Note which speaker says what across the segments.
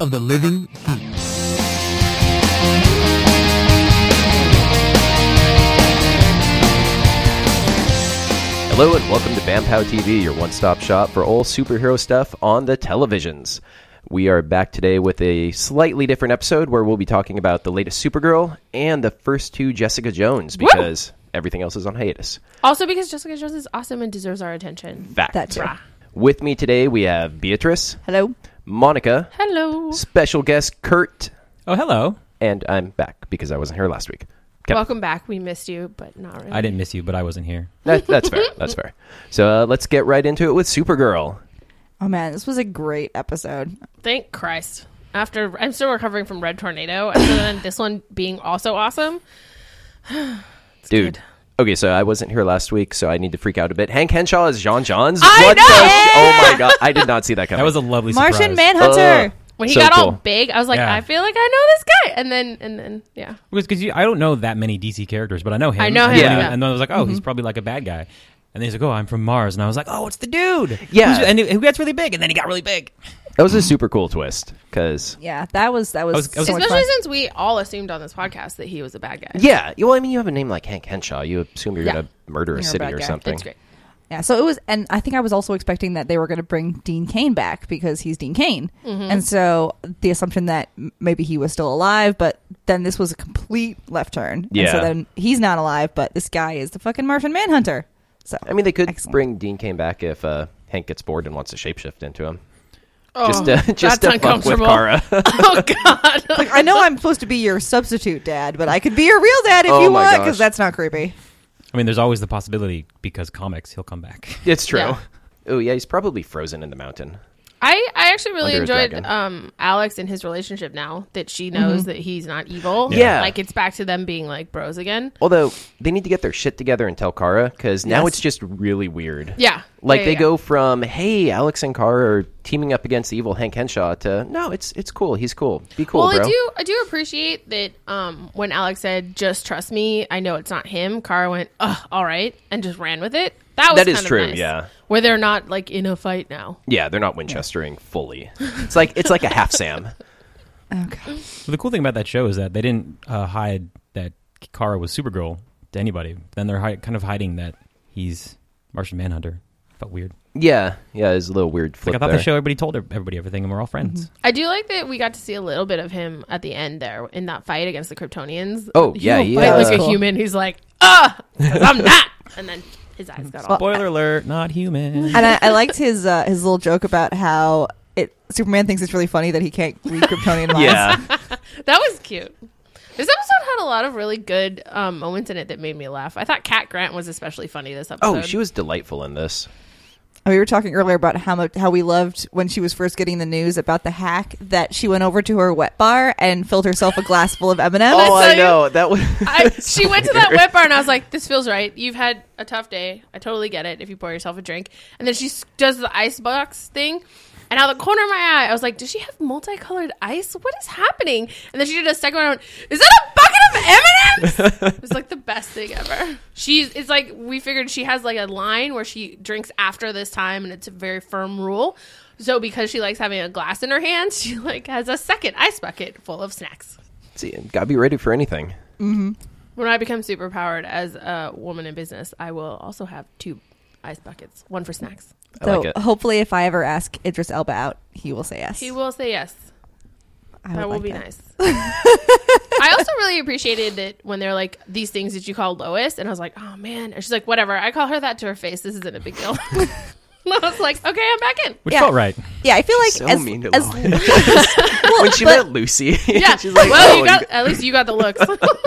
Speaker 1: of the living
Speaker 2: Hello and welcome to BamPow TV, your one-stop shop for all superhero stuff on the televisions. We are back today with a slightly different episode where we'll be talking about the latest Supergirl and the first two Jessica Jones because everything else is on hiatus.
Speaker 3: Also because Jessica Jones is awesome and deserves our attention.
Speaker 2: Fact.
Speaker 4: That too. Brah.
Speaker 2: With me today we have Beatrice,
Speaker 4: Hello.
Speaker 2: Monica,
Speaker 3: Hello.
Speaker 2: special guest Kurt,
Speaker 5: Oh, hello.
Speaker 2: and I'm back because I wasn't here last week. Kevin.
Speaker 3: Welcome back. We missed you, but not really.
Speaker 5: I didn't miss you, but I wasn't here.
Speaker 2: That- that's fair. That's fair. So uh, let's get right into it with Supergirl.
Speaker 4: Oh man, this was a great episode.
Speaker 3: Thank Christ. After I'm still recovering from Red Tornado, and so then this one being also awesome.
Speaker 2: Dude.
Speaker 3: good.
Speaker 2: Okay, so I wasn't here last week, so I need to freak out a bit. Hank Henshaw is John Johns.
Speaker 3: I
Speaker 2: what
Speaker 3: know!
Speaker 2: the? oh my god, I did not see that coming. Uh,
Speaker 5: That was a lovely
Speaker 4: Martian
Speaker 5: surprise.
Speaker 4: Manhunter.
Speaker 3: When he
Speaker 2: So
Speaker 3: got all
Speaker 2: cool.
Speaker 3: big, I was like,
Speaker 5: Yeah.
Speaker 3: I feel like I know this guy. And then, and then, yeah.
Speaker 5: Because I don't know that many DC characters, but I know him.
Speaker 3: I know
Speaker 5: And
Speaker 3: him,
Speaker 5: then-
Speaker 3: yeah. Mm-hmm.
Speaker 5: And then I was like, oh, he's probably like a bad guy. And then he's like, oh, I'm from Mars. And I was like, oh, it's the dude.
Speaker 2: Yeah.
Speaker 5: Who's- and who gets really big. And then he got really big.
Speaker 2: that was a super cool twist because
Speaker 4: yeah, that was that was,
Speaker 5: was- I was-
Speaker 4: so much
Speaker 3: Especially
Speaker 4: fun.
Speaker 3: since we all assumed on this podcast that he was a bad guy.
Speaker 2: yeah, well, I mean, you have a name like Hank Henshaw, you assume you're
Speaker 3: Yeah.
Speaker 2: gonna murder a
Speaker 4: You're a
Speaker 2: city
Speaker 4: bad
Speaker 2: or
Speaker 4: guy.
Speaker 2: something.
Speaker 3: It's great.
Speaker 4: Yeah, so it was, and I think I was also expecting that they were going to bring Dean Kane back because he's Dean Kane, and so the assumption that m- maybe he was still alive, but then this was a complete left turn. And
Speaker 2: Yeah.
Speaker 4: so then he's not alive, but this guy is the fucking Martian Manhunter. So
Speaker 2: I mean, they could
Speaker 4: Excellent.
Speaker 2: bring Dean Kane back if uh, Hank gets bored and wants to shapeshift into him.
Speaker 3: Oh,
Speaker 2: just to, just
Speaker 3: that's
Speaker 2: to fuck with
Speaker 3: uncomfortable.
Speaker 2: Kara.
Speaker 3: oh, God.
Speaker 4: like, I know I'm supposed to be your substitute dad, but I could be your real dad if
Speaker 2: Oh
Speaker 4: you
Speaker 2: my
Speaker 4: want
Speaker 2: gosh.
Speaker 4: because that's not creepy.
Speaker 5: I mean, there's always the possibility because comics, he'll come back.
Speaker 2: it's true.
Speaker 3: Yeah.
Speaker 2: Oh yeah, he's probably frozen in the mountain.
Speaker 3: I, I actually really
Speaker 2: Under a
Speaker 3: enjoyed
Speaker 2: dragon. Mm-hmm.
Speaker 3: um, Alex and his relationship now that she knows that he's not evil.
Speaker 2: Yeah.
Speaker 3: Like, it's back to them being like bros again.
Speaker 2: Although they need to get their shit together and tell Kara because now
Speaker 4: Yes.
Speaker 2: it's just really weird.
Speaker 3: Yeah.
Speaker 2: Like
Speaker 3: Yeah,
Speaker 2: they
Speaker 3: yeah,
Speaker 2: go from hey, Alex and Kara are teaming up against the evil Hank Henshaw to no, it's it's cool. He's cool. Be cool,
Speaker 3: well,
Speaker 2: bro.
Speaker 3: I do I do appreciate that um, when Alex said, "Just trust me," I know it's not him. Kara went, "Ugh, all right," and just ran with it. That was
Speaker 2: That is
Speaker 3: kind of
Speaker 2: true,
Speaker 3: nice,
Speaker 2: yeah.
Speaker 3: where they're not like in a fight now.
Speaker 2: Yeah, they're not Winchestering fully. It's like it's like a half Sam.
Speaker 4: Oh god.
Speaker 5: But the cool thing about that show is that they didn't uh, hide that Kara was Supergirl to anybody. Then they're hi- kind of hiding that he's Martian Manhunter. Felt weird.
Speaker 2: Yeah, yeah, it's a little weird
Speaker 5: Like,
Speaker 2: flip
Speaker 5: I thought
Speaker 2: there.
Speaker 5: the show, everybody told everybody everything, and we're all friends.
Speaker 3: I do like that we got to see a little bit of him at the end there in that fight against the Kryptonians.
Speaker 2: Oh, yeah,
Speaker 3: he
Speaker 2: yeah.
Speaker 3: fight
Speaker 4: That was
Speaker 3: like a
Speaker 4: cool.
Speaker 3: human. He's like, "Ugh, 'cause I'm not," and then his eyes got all.
Speaker 5: Spoiler alert, not human.
Speaker 4: and I, I liked his uh, his little joke about how it Superman thinks it's really funny that he can't read Kryptonian minds.
Speaker 2: yeah,
Speaker 3: That was cute. This episode had a lot of really good um, moments in it that made me laugh. I thought Cat Grant was especially funny this episode.
Speaker 2: oh, she was delightful in this.
Speaker 4: We were talking earlier about how much how we loved when she was first getting the news about the hack that she went over to her wet bar and filled herself a glass full of M and
Speaker 2: Oh,
Speaker 4: M's.
Speaker 3: I
Speaker 2: I
Speaker 3: tell you-
Speaker 2: know that was.
Speaker 3: I, she went to that wet bar and I was like, "This feels right. You've had a tough day. I totally get it. If you pour yourself a drink." And then she s- does the ice box thing, and out of the corner of my eye, I was like, "Does she have multicolored ice? What is happening?" And then she did a second one. I went, Is that a bucket of M and M's? It was like the best thing ever. She's. It's like we figured she has like a line where she drinks after this time, and it's a very firm rule. So because she likes having a glass in her hand, she like has a second ice bucket full of snacks.
Speaker 2: See, gotta be ready for anything.
Speaker 3: When I become super powered as a woman in business, I will also have two ice buckets, one for snacks.
Speaker 2: I
Speaker 4: So
Speaker 2: like it.
Speaker 4: hopefully, if I ever ask Idris Elba out, he will say yes.
Speaker 3: He will say yes.
Speaker 4: I
Speaker 3: That will
Speaker 4: would like
Speaker 3: be
Speaker 4: that.
Speaker 3: nice. I also really appreciated that when they're like these things that you call Lois, and I was like, oh man, and she's like, whatever. I call her that to her face. This isn't a big deal. and I was like, okay, I'm back in.
Speaker 5: Which
Speaker 4: Yeah.
Speaker 5: felt right.
Speaker 4: Yeah, I feel like
Speaker 2: so
Speaker 4: as,
Speaker 2: mean to
Speaker 4: as
Speaker 2: Lois.
Speaker 4: well,
Speaker 2: when she
Speaker 4: but,
Speaker 2: met Lucy,
Speaker 3: Yeah.
Speaker 2: she's like,
Speaker 3: well,
Speaker 2: oh,
Speaker 3: you got at least you got the looks.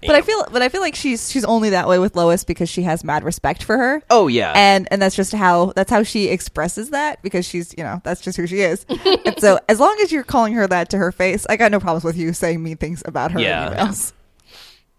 Speaker 4: but I feel but I feel like she's she's only that way with Lois because she has mad respect for her.
Speaker 2: oh yeah,
Speaker 4: and and that's just how that's how she expresses that because she's you know that's just who she is and so as long as you're calling her that to her face i got no problems with you saying mean things about her
Speaker 2: Yeah.
Speaker 4: yeah. anywhere else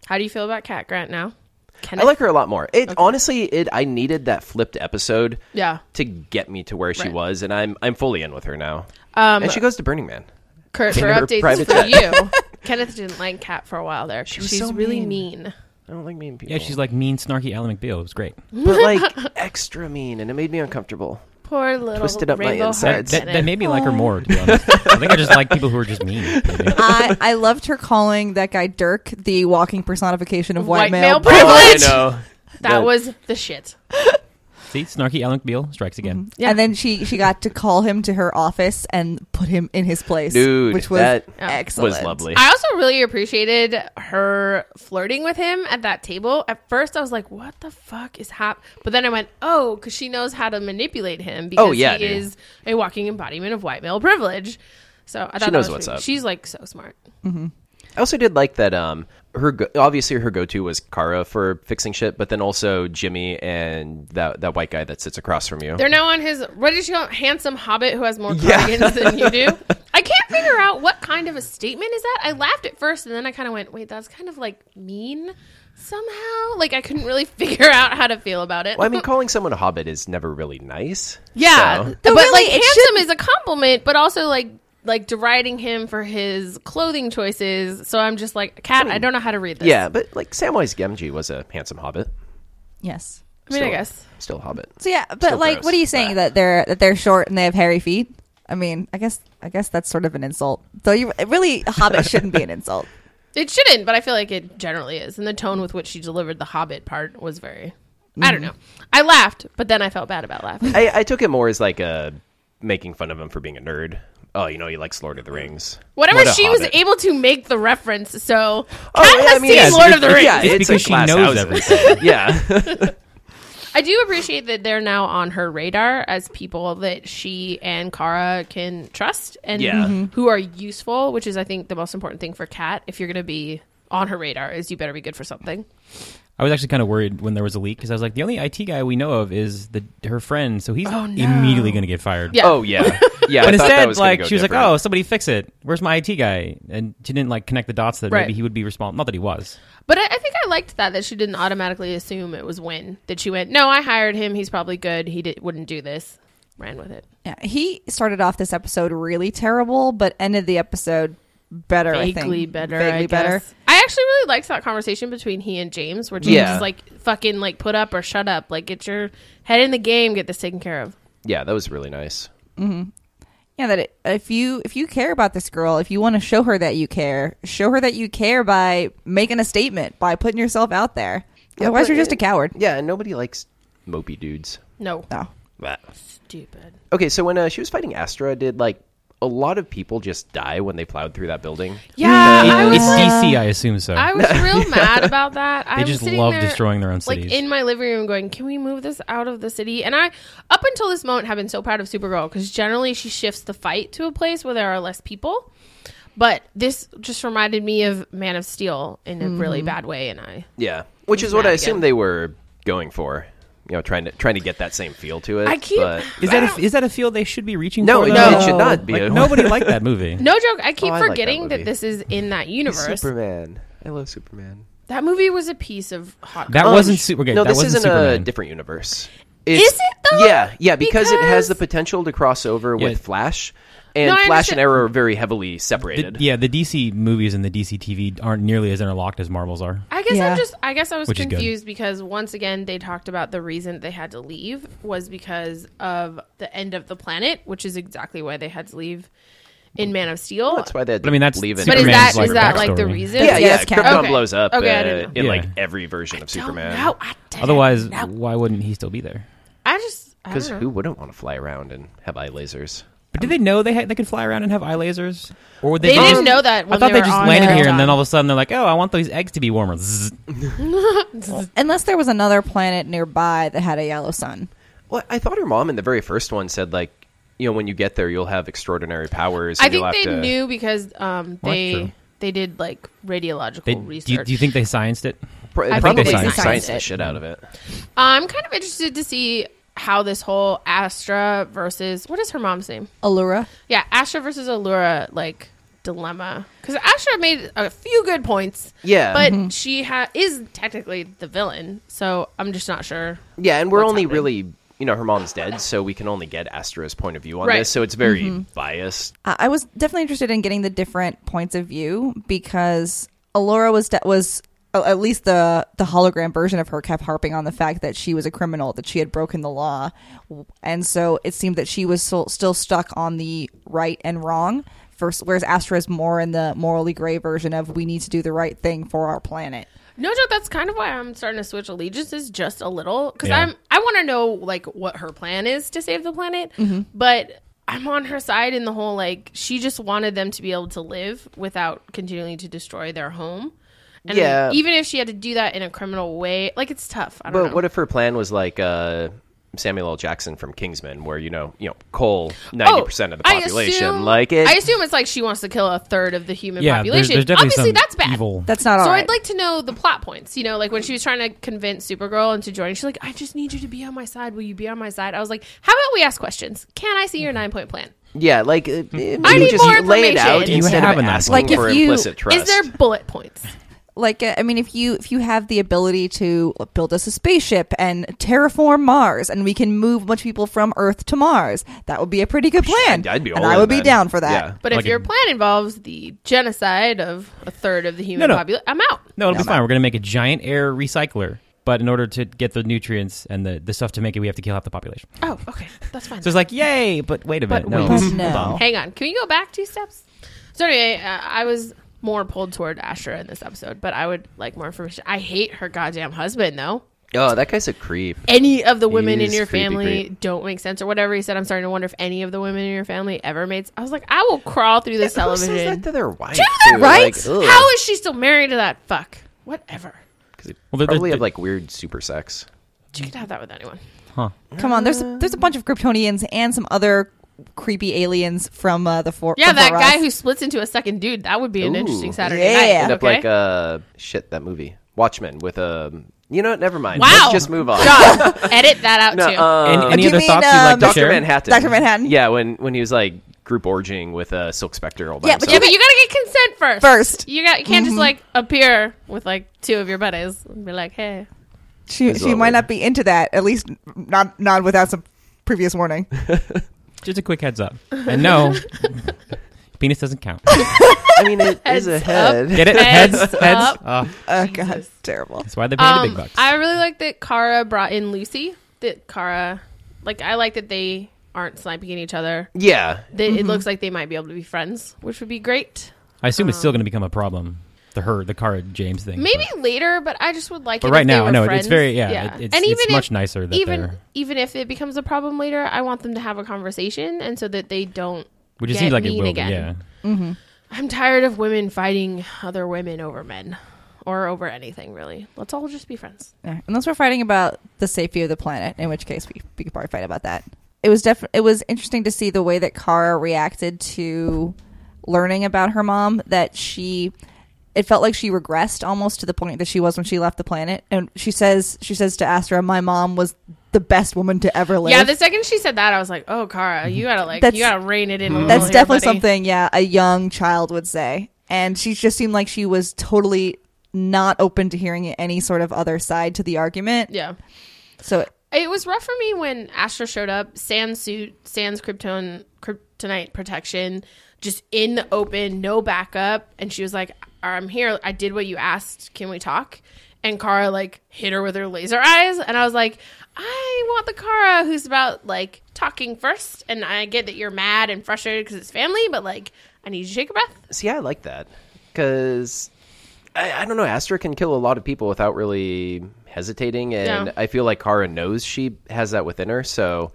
Speaker 3: How do you feel about Cat Grant now? Can
Speaker 2: I like her a lot more. It honestly, it I needed that flipped episode
Speaker 3: Yeah.
Speaker 2: to get me to where she
Speaker 3: Right.
Speaker 2: was, and I'm I'm fully in with her now.
Speaker 3: Um,
Speaker 2: and she goes to Burning Man.
Speaker 3: Kurt,
Speaker 2: In
Speaker 3: for
Speaker 2: her
Speaker 3: updates
Speaker 2: private
Speaker 3: for
Speaker 2: jet.
Speaker 3: you. Kenneth didn't like Cat for a while there. 'cause
Speaker 2: was
Speaker 3: she's
Speaker 2: so
Speaker 3: really
Speaker 2: mean.
Speaker 3: mean.
Speaker 2: I don't like mean people.
Speaker 5: Yeah, she's like mean, snarky Alan McBeal. It was great.
Speaker 2: but like extra mean, and it made me uncomfortable.
Speaker 3: Poor little
Speaker 2: Twisted up my
Speaker 3: rainbow
Speaker 5: That,
Speaker 2: insides.
Speaker 3: heart
Speaker 5: that, that
Speaker 3: Bennett.
Speaker 5: made me like her more. To be honest, I think I just like people who are just mean. maybe.
Speaker 4: I, I loved her calling that guy Dirk the walking personification of
Speaker 3: White
Speaker 4: white, male.
Speaker 3: male
Speaker 4: privilege.
Speaker 2: I
Speaker 3: Privilege!
Speaker 2: know.
Speaker 3: That was the shit.
Speaker 5: See, snarky Alec Beal strikes again.
Speaker 3: Yeah.
Speaker 4: And then she she got to call him to her office and put him in his place,
Speaker 2: Dude,
Speaker 4: which was
Speaker 2: that
Speaker 4: excellent.
Speaker 2: was lovely.
Speaker 3: I also really appreciated her flirting with him at that table. At first, I was like, "What the fuck is hap?" But then I went, "Oh, because she knows how to manipulate him because
Speaker 2: Oh, yeah,
Speaker 3: he
Speaker 2: dude.
Speaker 3: is a walking embodiment of white male privilege." So I thought that
Speaker 2: knows
Speaker 3: was
Speaker 2: what's
Speaker 3: pretty-
Speaker 2: up.
Speaker 3: She's like so smart.
Speaker 2: I also did like that. Um, her go- obviously her go-to was Kara for fixing shit, but then also Jimmy and that that white guy that sits across from you.
Speaker 3: They're now on his what did she call it? handsome hobbit who has more
Speaker 2: Yeah.
Speaker 3: cardigans than you do. I can't figure out what kind of a statement is that. I laughed at first and then I kind of went, "Wait, that's kind of like mean." Somehow, like I couldn't really figure out how to feel about it.
Speaker 2: well, I mean, calling someone a hobbit is never really nice.
Speaker 3: Yeah,
Speaker 2: So-
Speaker 3: but
Speaker 4: really,
Speaker 3: like
Speaker 4: it
Speaker 3: handsome is a compliment, but also like like deriding him for his clothing choices. So I'm just like, Kat, I, don't know how to read this.
Speaker 2: Hmm. Yeah, but like Samwise Gamgee was a handsome hobbit.
Speaker 4: Yes.
Speaker 3: I mean, I
Speaker 2: Still-
Speaker 3: guess
Speaker 2: still a hobbit.
Speaker 4: So yeah, but
Speaker 2: Still
Speaker 4: like,
Speaker 2: gross,
Speaker 4: what are you
Speaker 2: but-
Speaker 4: saying that they're that they're short and they have hairy feet? I mean, I guess I guess that's sort of an insult. Though you really, Hobbit shouldn't be an insult.
Speaker 3: it shouldn't, but I feel like it generally is. And the tone with which she delivered the Hobbit part was very. I
Speaker 2: Mm-hmm.
Speaker 3: don't know. I laughed, but then I felt bad about laughing.
Speaker 2: I, I took it more as like a making fun of him for being a nerd. Oh, you know, he likes Lord of the Rings.
Speaker 3: Whatever
Speaker 2: What a
Speaker 3: she was
Speaker 2: hobbit.
Speaker 3: able to make the reference,
Speaker 2: Oh,
Speaker 3: so Kat
Speaker 2: yeah,
Speaker 3: has
Speaker 2: I mean,
Speaker 3: seen
Speaker 2: yes,
Speaker 3: Lord of the Rings.
Speaker 2: Yeah,
Speaker 5: It's
Speaker 2: it's,
Speaker 5: because
Speaker 2: a
Speaker 5: she
Speaker 2: glass house.
Speaker 5: knows everything.
Speaker 2: yeah,
Speaker 3: I do appreciate that they're now on her radar as people that she and Kara can trust and
Speaker 2: Yeah. Mhm.
Speaker 3: who are useful, which is I think the most important thing for Kat if you're going to be on her radar is you better be good for something.
Speaker 5: I was actually kind of worried when there was a leak because I was like, the only IT guy we know of is the her friend, so he's
Speaker 3: Oh, no.
Speaker 5: immediately going to get fired.
Speaker 3: Yeah.
Speaker 2: Oh yeah, yeah. I
Speaker 5: But
Speaker 2: thought that
Speaker 5: instead,
Speaker 2: was gonna
Speaker 5: like
Speaker 2: go
Speaker 5: she was
Speaker 2: different.
Speaker 5: like, "Oh, somebody fix it. Where's my IT guy?" And she didn't like connect the dots that
Speaker 3: Right.
Speaker 5: maybe he would be responsible. Not that he was.
Speaker 3: But I, I think I liked that that she didn't automatically assume it was Win. That she went, "No, I hired him. He's probably good. He did, wouldn't do this." Ran with it.
Speaker 4: Yeah, he started off this episode really terrible, but ended the episode better. I
Speaker 3: Vaguely
Speaker 4: think.
Speaker 3: better.
Speaker 4: Vaguely
Speaker 3: I
Speaker 4: better.
Speaker 3: guess. I actually really liked that conversation between he and James, where James
Speaker 2: Yeah.
Speaker 3: is like, "Fucking like put up or shut up. Like get your head in the game. Get this taken care of."
Speaker 5: "Oh."
Speaker 2: Yeah, that was really nice.
Speaker 4: Yeah, that it, if you if you care about this girl, if you want to show her that you care, show her that you care by making a statement, by putting yourself out there. Otherwise, you're just a coward.
Speaker 2: Yeah, and nobody likes mopey dudes.
Speaker 3: No.
Speaker 4: No.
Speaker 3: Stupid.
Speaker 2: Okay, so when uh, she was fighting Astra, did like a lot of people just die when they plowed through that building?
Speaker 3: Yeah, I
Speaker 5: It-
Speaker 3: was,
Speaker 5: it's DC, I assume so.
Speaker 3: I was real mad about that. I
Speaker 5: they
Speaker 3: was
Speaker 5: just
Speaker 3: sitting
Speaker 5: love
Speaker 3: there,
Speaker 5: destroying their own
Speaker 3: Like
Speaker 5: cities.
Speaker 3: in my living room, going, "Can we move this out of the city?" And I, up until this moment, have been so proud of Supergirl because generally she shifts the fight to a place where there are less people. But this just reminded me of Man of Steel in a
Speaker 2: Mm-hmm.
Speaker 3: really bad way, and I
Speaker 2: Yeah, which is what
Speaker 3: mad
Speaker 2: I
Speaker 3: again.
Speaker 2: assume they were going for. You know, trying to trying to get that same feel to it.
Speaker 3: I keep-
Speaker 2: but-
Speaker 5: is that a, is that a field they should be reaching?
Speaker 2: No,
Speaker 5: for,
Speaker 2: it-
Speaker 5: though?
Speaker 2: it should not be.
Speaker 5: Like, nobody liked that movie.
Speaker 3: no joke. I keep
Speaker 2: Oh, I like that
Speaker 3: forgetting that,
Speaker 2: movie.
Speaker 3: this is in that universe.
Speaker 2: Superman. I love Superman.
Speaker 3: that movie was a piece of hot.
Speaker 5: That
Speaker 3: garbage.
Speaker 5: wasn't super. Okay,
Speaker 2: Um, no,
Speaker 5: that
Speaker 2: this
Speaker 5: wasn't
Speaker 2: isn't
Speaker 5: Superman.
Speaker 2: a different universe.
Speaker 3: Is it, though?
Speaker 2: Yeah, yeah, because, it has
Speaker 3: Because-
Speaker 2: the potential to cross over
Speaker 5: Yeah.
Speaker 2: with Flash, and
Speaker 3: No, I
Speaker 2: Flash and
Speaker 3: understand.
Speaker 2: Arrow are very heavily
Speaker 5: The-
Speaker 2: separated.
Speaker 5: yeah, the DC movies and the DC TV aren't nearly as interlocked as Marvel's are.
Speaker 3: I guess
Speaker 4: Yeah.
Speaker 3: I'm just. I guess I was
Speaker 5: Which is good.
Speaker 3: confused because once again they talked about the reason they had to leave was because of the end of the planet, which is exactly why they had to leave in Man of Steel.
Speaker 2: That's why they.
Speaker 5: But I mean, that's
Speaker 2: leave it.
Speaker 3: but is
Speaker 5: Superman's,
Speaker 3: that
Speaker 5: like,
Speaker 3: is that like the
Speaker 5: backstory.
Speaker 3: reason?
Speaker 2: yeah, yeah.
Speaker 4: Yes, count.
Speaker 2: Krypton
Speaker 3: Okay.
Speaker 2: blows up
Speaker 3: Okay, I
Speaker 2: uh,
Speaker 3: didn't
Speaker 2: in
Speaker 5: know.
Speaker 2: like
Speaker 5: Yeah.
Speaker 2: every version of Superman.
Speaker 3: No, I didn't
Speaker 5: Otherwise,
Speaker 3: know.
Speaker 5: why wouldn't he still be there?
Speaker 3: I just I
Speaker 2: Because
Speaker 3: don't know.
Speaker 2: who wouldn't want to fly around and have eye lasers?
Speaker 5: But did they know they had, they could fly around and have eye lasers? Or would
Speaker 3: They
Speaker 5: just-
Speaker 3: didn't know that
Speaker 5: I
Speaker 3: when
Speaker 5: thought
Speaker 3: they
Speaker 5: they,
Speaker 3: were
Speaker 5: just
Speaker 3: on
Speaker 5: landed
Speaker 3: Krypton.
Speaker 5: here, and then all of a sudden they're like, "Oh, I want those eggs to be warmer." Zzz.
Speaker 4: Unless there was another planet nearby that had a yellow sun.
Speaker 2: Well, I thought her mom in the very first one said like, you know, when you get there, you'll have extraordinary powers.
Speaker 3: I
Speaker 2: and you'll
Speaker 3: think they
Speaker 2: have to...
Speaker 3: knew because um,
Speaker 5: Well,
Speaker 3: they
Speaker 5: true.
Speaker 3: they did like radiological
Speaker 5: They, do,
Speaker 3: research.
Speaker 5: you, do you think they scienced it?
Speaker 2: Pro-
Speaker 3: I think
Speaker 2: probably
Speaker 5: they
Speaker 2: science,
Speaker 5: science
Speaker 2: science
Speaker 4: it.
Speaker 2: the shit out of it.
Speaker 3: I'm kind of interested to see how this whole Astra versus what is her mom's name?
Speaker 4: Allura.
Speaker 3: Yeah, Astra versus Allura like dilemma because Astra made a few good points,
Speaker 2: Yeah,
Speaker 3: but she ha- is technically the villain, so I'm just not sure.
Speaker 2: yeah, and we're
Speaker 3: what's
Speaker 2: only
Speaker 3: happening.
Speaker 2: really. You know, her mom's dead, so we can only get Astra's point of view on
Speaker 3: Right. Mm-hmm.
Speaker 2: this. So it's very biased.
Speaker 4: I I was definitely interested in getting the different points of view because Alora was de- was oh, at least the the hologram version of her kept harping on the fact that she was a criminal, that she had broken the law, and so it seemed that she was so, still stuck on the right and wrong. Versus, whereas Astra is more in the morally gray version of we need to do the right thing for our planet.
Speaker 3: No joke. That's kind of why I'm starting to switch allegiances just a little because
Speaker 5: Yeah.
Speaker 3: I'm I want to know like what her plan is to save the planet, but I'm on her side in the whole like she just wanted them to be able to live without continuing to destroy their home. And
Speaker 2: Yeah.
Speaker 3: even if she had to do that in a criminal way, like it's tough. I don't
Speaker 2: But
Speaker 3: know.
Speaker 2: what if her plan was like uh, Samuel L. Jackson from Kingsman, where you know, you know, coal ninety percent of the
Speaker 3: Oh, I
Speaker 2: population,
Speaker 3: assume-
Speaker 2: like it.
Speaker 3: I assume it's like she wants to kill a third of the human
Speaker 5: Yeah, there's,
Speaker 3: population.
Speaker 5: there's definitely
Speaker 3: Obviously,
Speaker 5: some
Speaker 3: that's bad.
Speaker 5: evil.
Speaker 4: That's not all
Speaker 3: so
Speaker 4: right.
Speaker 3: I'd like to know the plot points. You know, like when she was trying to convince Supergirl into joining, she's like, "I just need you to be on my side. Will you be on my side?" I was like, "How about we ask questions? Can I see your nine point plan?
Speaker 2: yeah, like uh, maybe
Speaker 3: Mm-hmm. I need
Speaker 2: just
Speaker 3: more
Speaker 2: lay it out
Speaker 3: information. You
Speaker 2: instead
Speaker 5: have
Speaker 2: of
Speaker 5: an
Speaker 2: asking
Speaker 4: Like, if
Speaker 2: for
Speaker 4: you-
Speaker 2: implicit trust.
Speaker 3: Is there bullet points?"
Speaker 4: like uh, i mean if you if you have the ability to build us a spaceship and terraform mars and we can move a bunch of people from earth to mars that would be a pretty good plan
Speaker 2: I'd- I'd be
Speaker 4: and
Speaker 2: all
Speaker 4: i
Speaker 2: in
Speaker 4: would be
Speaker 2: then.
Speaker 4: down for that
Speaker 2: Yeah.
Speaker 3: But if
Speaker 5: Like a-
Speaker 3: your plan involves the genocide of a third of the human
Speaker 5: No, no.
Speaker 3: population, I'm out.
Speaker 5: No, it'll be fine. We're going to make a giant air recycler. But in order to get the nutrients and the, the stuff to make it, we have to kill half the population.
Speaker 3: Oh, okay, that's fine.
Speaker 5: So it's like, yay, but wait a minute.
Speaker 3: But
Speaker 5: no.
Speaker 4: But
Speaker 5: Hold
Speaker 4: no
Speaker 5: on.
Speaker 3: Hang on, can you go back two steps? So anyway, uh, I was more pulled toward Astra in this episode, but I would like more information. I hate her goddamn husband though.
Speaker 2: oh, that guy's a creep.
Speaker 3: any of the women in
Speaker 2: is
Speaker 3: your
Speaker 2: creepy
Speaker 3: family
Speaker 2: creep.
Speaker 3: don't make sense or whatever he said. I'm starting to wonder if any of the women in your family ever made. s- I was like, I will crawl through this
Speaker 2: Who says that
Speaker 3: television.
Speaker 2: to their wife?
Speaker 3: To the
Speaker 2: too?
Speaker 4: right?
Speaker 2: Like, ugh.
Speaker 3: How is she still married to that fuck? Whatever.
Speaker 2: 'Cause they
Speaker 5: Well, they're-
Speaker 2: probably
Speaker 5: they're-
Speaker 2: have like weird super sex.
Speaker 3: You could have that with anyone.
Speaker 4: come on there's there's a bunch of kryptonians and some other creepy aliens from uh, the four
Speaker 3: Yeah,
Speaker 4: from
Speaker 3: that
Speaker 4: Far
Speaker 3: guy
Speaker 4: Oz.
Speaker 3: who splits into a second dude. That would be an
Speaker 2: Ooh.
Speaker 3: interesting Saturday
Speaker 4: Yeah.
Speaker 3: night.
Speaker 2: End up
Speaker 3: okay?
Speaker 2: like uh, shit that movie Watchmen with a. You know what? Never mind.
Speaker 3: Wow.
Speaker 2: Let's just move on.
Speaker 3: John, edit that out
Speaker 2: No,
Speaker 3: too.
Speaker 5: Any,
Speaker 2: uh,
Speaker 5: any
Speaker 4: Do you
Speaker 5: other
Speaker 4: mean,
Speaker 5: thoughts you'd like
Speaker 4: um,
Speaker 5: to
Speaker 2: Doctor
Speaker 5: share?
Speaker 2: Manhattan.
Speaker 4: Dr. Manhattan.
Speaker 2: Yeah, when when he was like group orgying with uh, Silk Spectre. All by
Speaker 4: Yeah, but
Speaker 2: himself.
Speaker 3: yeah, but you gotta get consent first.
Speaker 4: First.
Speaker 3: you got you can't
Speaker 5: Mm-hmm.
Speaker 3: just like appear with like two of your buddies and be like, hey.
Speaker 4: she,
Speaker 2: As
Speaker 4: she
Speaker 2: well,
Speaker 4: might
Speaker 2: yeah.
Speaker 4: not be into that at least not not without some previous warning
Speaker 5: Just a quick heads up. And no, penis doesn't count.
Speaker 2: I mean, it is a
Speaker 3: Heads
Speaker 2: head.
Speaker 5: Get it?
Speaker 3: Heads
Speaker 5: Heads,
Speaker 3: up.
Speaker 5: heads. Ah,
Speaker 4: oh god terrible
Speaker 5: that's why they paid the big
Speaker 3: Um,
Speaker 5: bucks.
Speaker 3: I really like that Kara brought in Lucy. That Kara, like, I like that they aren't sniping at each other.
Speaker 2: Yeah,
Speaker 3: That
Speaker 5: Mm-hmm.
Speaker 3: It looks like they might be able to be friends, which would be great.
Speaker 5: I assume it's still going to become a problem. The her, the car James thing.
Speaker 3: um, Maybe
Speaker 5: but-
Speaker 3: later, but I just would like.
Speaker 5: But
Speaker 3: it
Speaker 5: right
Speaker 3: if they
Speaker 5: now,
Speaker 3: were
Speaker 5: no, it's
Speaker 3: friends.
Speaker 5: very- yeah, it- it's- it's
Speaker 3: even
Speaker 5: much
Speaker 3: if-
Speaker 5: nicer that
Speaker 3: even
Speaker 5: they're-
Speaker 3: even if it becomes a problem later, I want them to have a conversation, and so that they don't.
Speaker 5: we just
Speaker 3: get
Speaker 5: seems like it
Speaker 3: mean
Speaker 5: will. be,
Speaker 3: again.
Speaker 5: Yeah.
Speaker 3: I'm tired of women fighting other women over men, or over anything really. Let's all just be friends.
Speaker 4: Yeah, unless we're fighting about the safety of the planet, in which case we, we could probably fight about that. It was def- it was interesting to see the way that Kara reacted to learning about her mom. That she, it felt like she regressed almost to the point that she was when she left the planet. And she says she says to Astra, "My mom was the best woman to ever live."
Speaker 3: Yeah, the second she said that, I was like, "Oh, Kara, you gotta like,
Speaker 4: That's- Hmm.
Speaker 3: you gotta rein it in." a little
Speaker 4: that's
Speaker 3: here,
Speaker 4: definitely
Speaker 3: buddy.
Speaker 4: something. Yeah, a young child would say, and she just seemed like she was totally not open to hearing any sort of other side to the argument.
Speaker 3: Yeah.
Speaker 4: So
Speaker 3: It was rough for me when Astra showed up. Sans suit, Sans Krypton, Kryptonite protection, just in the open, no backup. And she was like, "I'm here. I did what you asked. Can we talk?" And Kara like hit her with her laser eyes, and I was like, "I want the Kara who's about like talking first. And I get that you're mad and frustrated because it's family, but like, I need you to take a breath.
Speaker 2: see, I like that because I, I don't know. Astra can kill a lot of people without really hesitating, and
Speaker 3: Yeah.
Speaker 2: I feel like Kara knows she has that within her. So,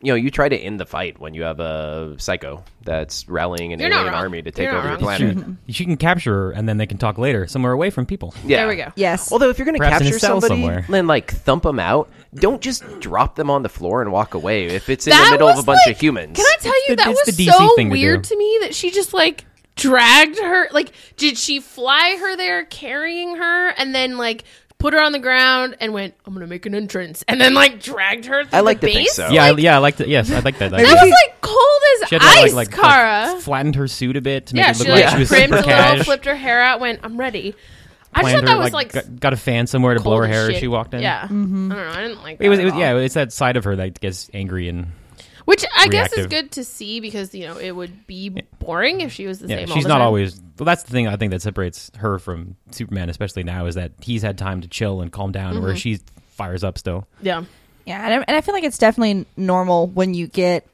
Speaker 2: you know, you try to end the fight when you have a psycho that's rallying an
Speaker 3: You're not
Speaker 2: alien
Speaker 3: wrong.
Speaker 2: army to take
Speaker 3: You're not
Speaker 2: over your
Speaker 3: wrong.
Speaker 2: planet.
Speaker 5: She, she can capture her, and then they can talk later somewhere away from people.
Speaker 2: Yeah.
Speaker 3: There we go.
Speaker 4: yes,
Speaker 2: Although if you're going to
Speaker 5: Perhaps in a
Speaker 2: capture
Speaker 5: cell
Speaker 2: somebody
Speaker 5: somewhere.
Speaker 2: and like thump them out, don't just drop them on the floor and walk away. If it's in
Speaker 3: That
Speaker 2: the middle of
Speaker 3: was
Speaker 2: a bunch
Speaker 3: like-
Speaker 2: of humans,
Speaker 3: Can I tell you
Speaker 5: the-
Speaker 3: that
Speaker 5: it's the
Speaker 3: was
Speaker 5: DC
Speaker 3: so
Speaker 5: thing to
Speaker 3: weird
Speaker 5: do.
Speaker 3: to me that she just like dragged her. Like, did she fly her there, carrying her, and then like put her on the ground and went, "I'm gonna make an entrance," and then like dragged her through
Speaker 2: I like
Speaker 3: the
Speaker 2: to think
Speaker 3: base?
Speaker 2: so.
Speaker 5: Yeah, I, yeah, I like that. Yes, I like that.
Speaker 3: That
Speaker 5: Like,
Speaker 3: was like cold as
Speaker 5: she had to,
Speaker 3: ice,
Speaker 5: like, like,
Speaker 3: Kara.
Speaker 5: like, flattened her suit a bit to make
Speaker 3: yeah,
Speaker 5: it
Speaker 3: she
Speaker 5: look
Speaker 3: like
Speaker 5: like she was
Speaker 3: trimmed a
Speaker 5: super
Speaker 3: little,
Speaker 5: cash.
Speaker 3: flipped her hair out, went, "I'm ready." I just
Speaker 5: planned
Speaker 3: thought that
Speaker 5: her,
Speaker 3: was like,
Speaker 5: got, got a fan somewhere to blow
Speaker 3: cold
Speaker 5: her
Speaker 3: as
Speaker 5: hair as
Speaker 3: shit.
Speaker 5: she walked in.
Speaker 2: Mm-hmm.
Speaker 3: Yeah, I don't know. I didn't like. That
Speaker 5: It was, it was
Speaker 3: at all.
Speaker 5: yeah, it's that side of her that gets angry and
Speaker 3: Which I guess is
Speaker 5: reactive.
Speaker 3: good to see because you know it would be boring if she was the
Speaker 5: Yeah,
Speaker 3: same. all
Speaker 5: she's
Speaker 3: the
Speaker 5: not
Speaker 3: time.
Speaker 5: always. Well, that's the thing I think that separates her from Superman, especially now, is that he's had time to chill and calm down,
Speaker 3: Mm-hmm.
Speaker 5: where she fires up still.
Speaker 3: Yeah,
Speaker 4: Yeah, and I, and I feel like it's definitely normal when you get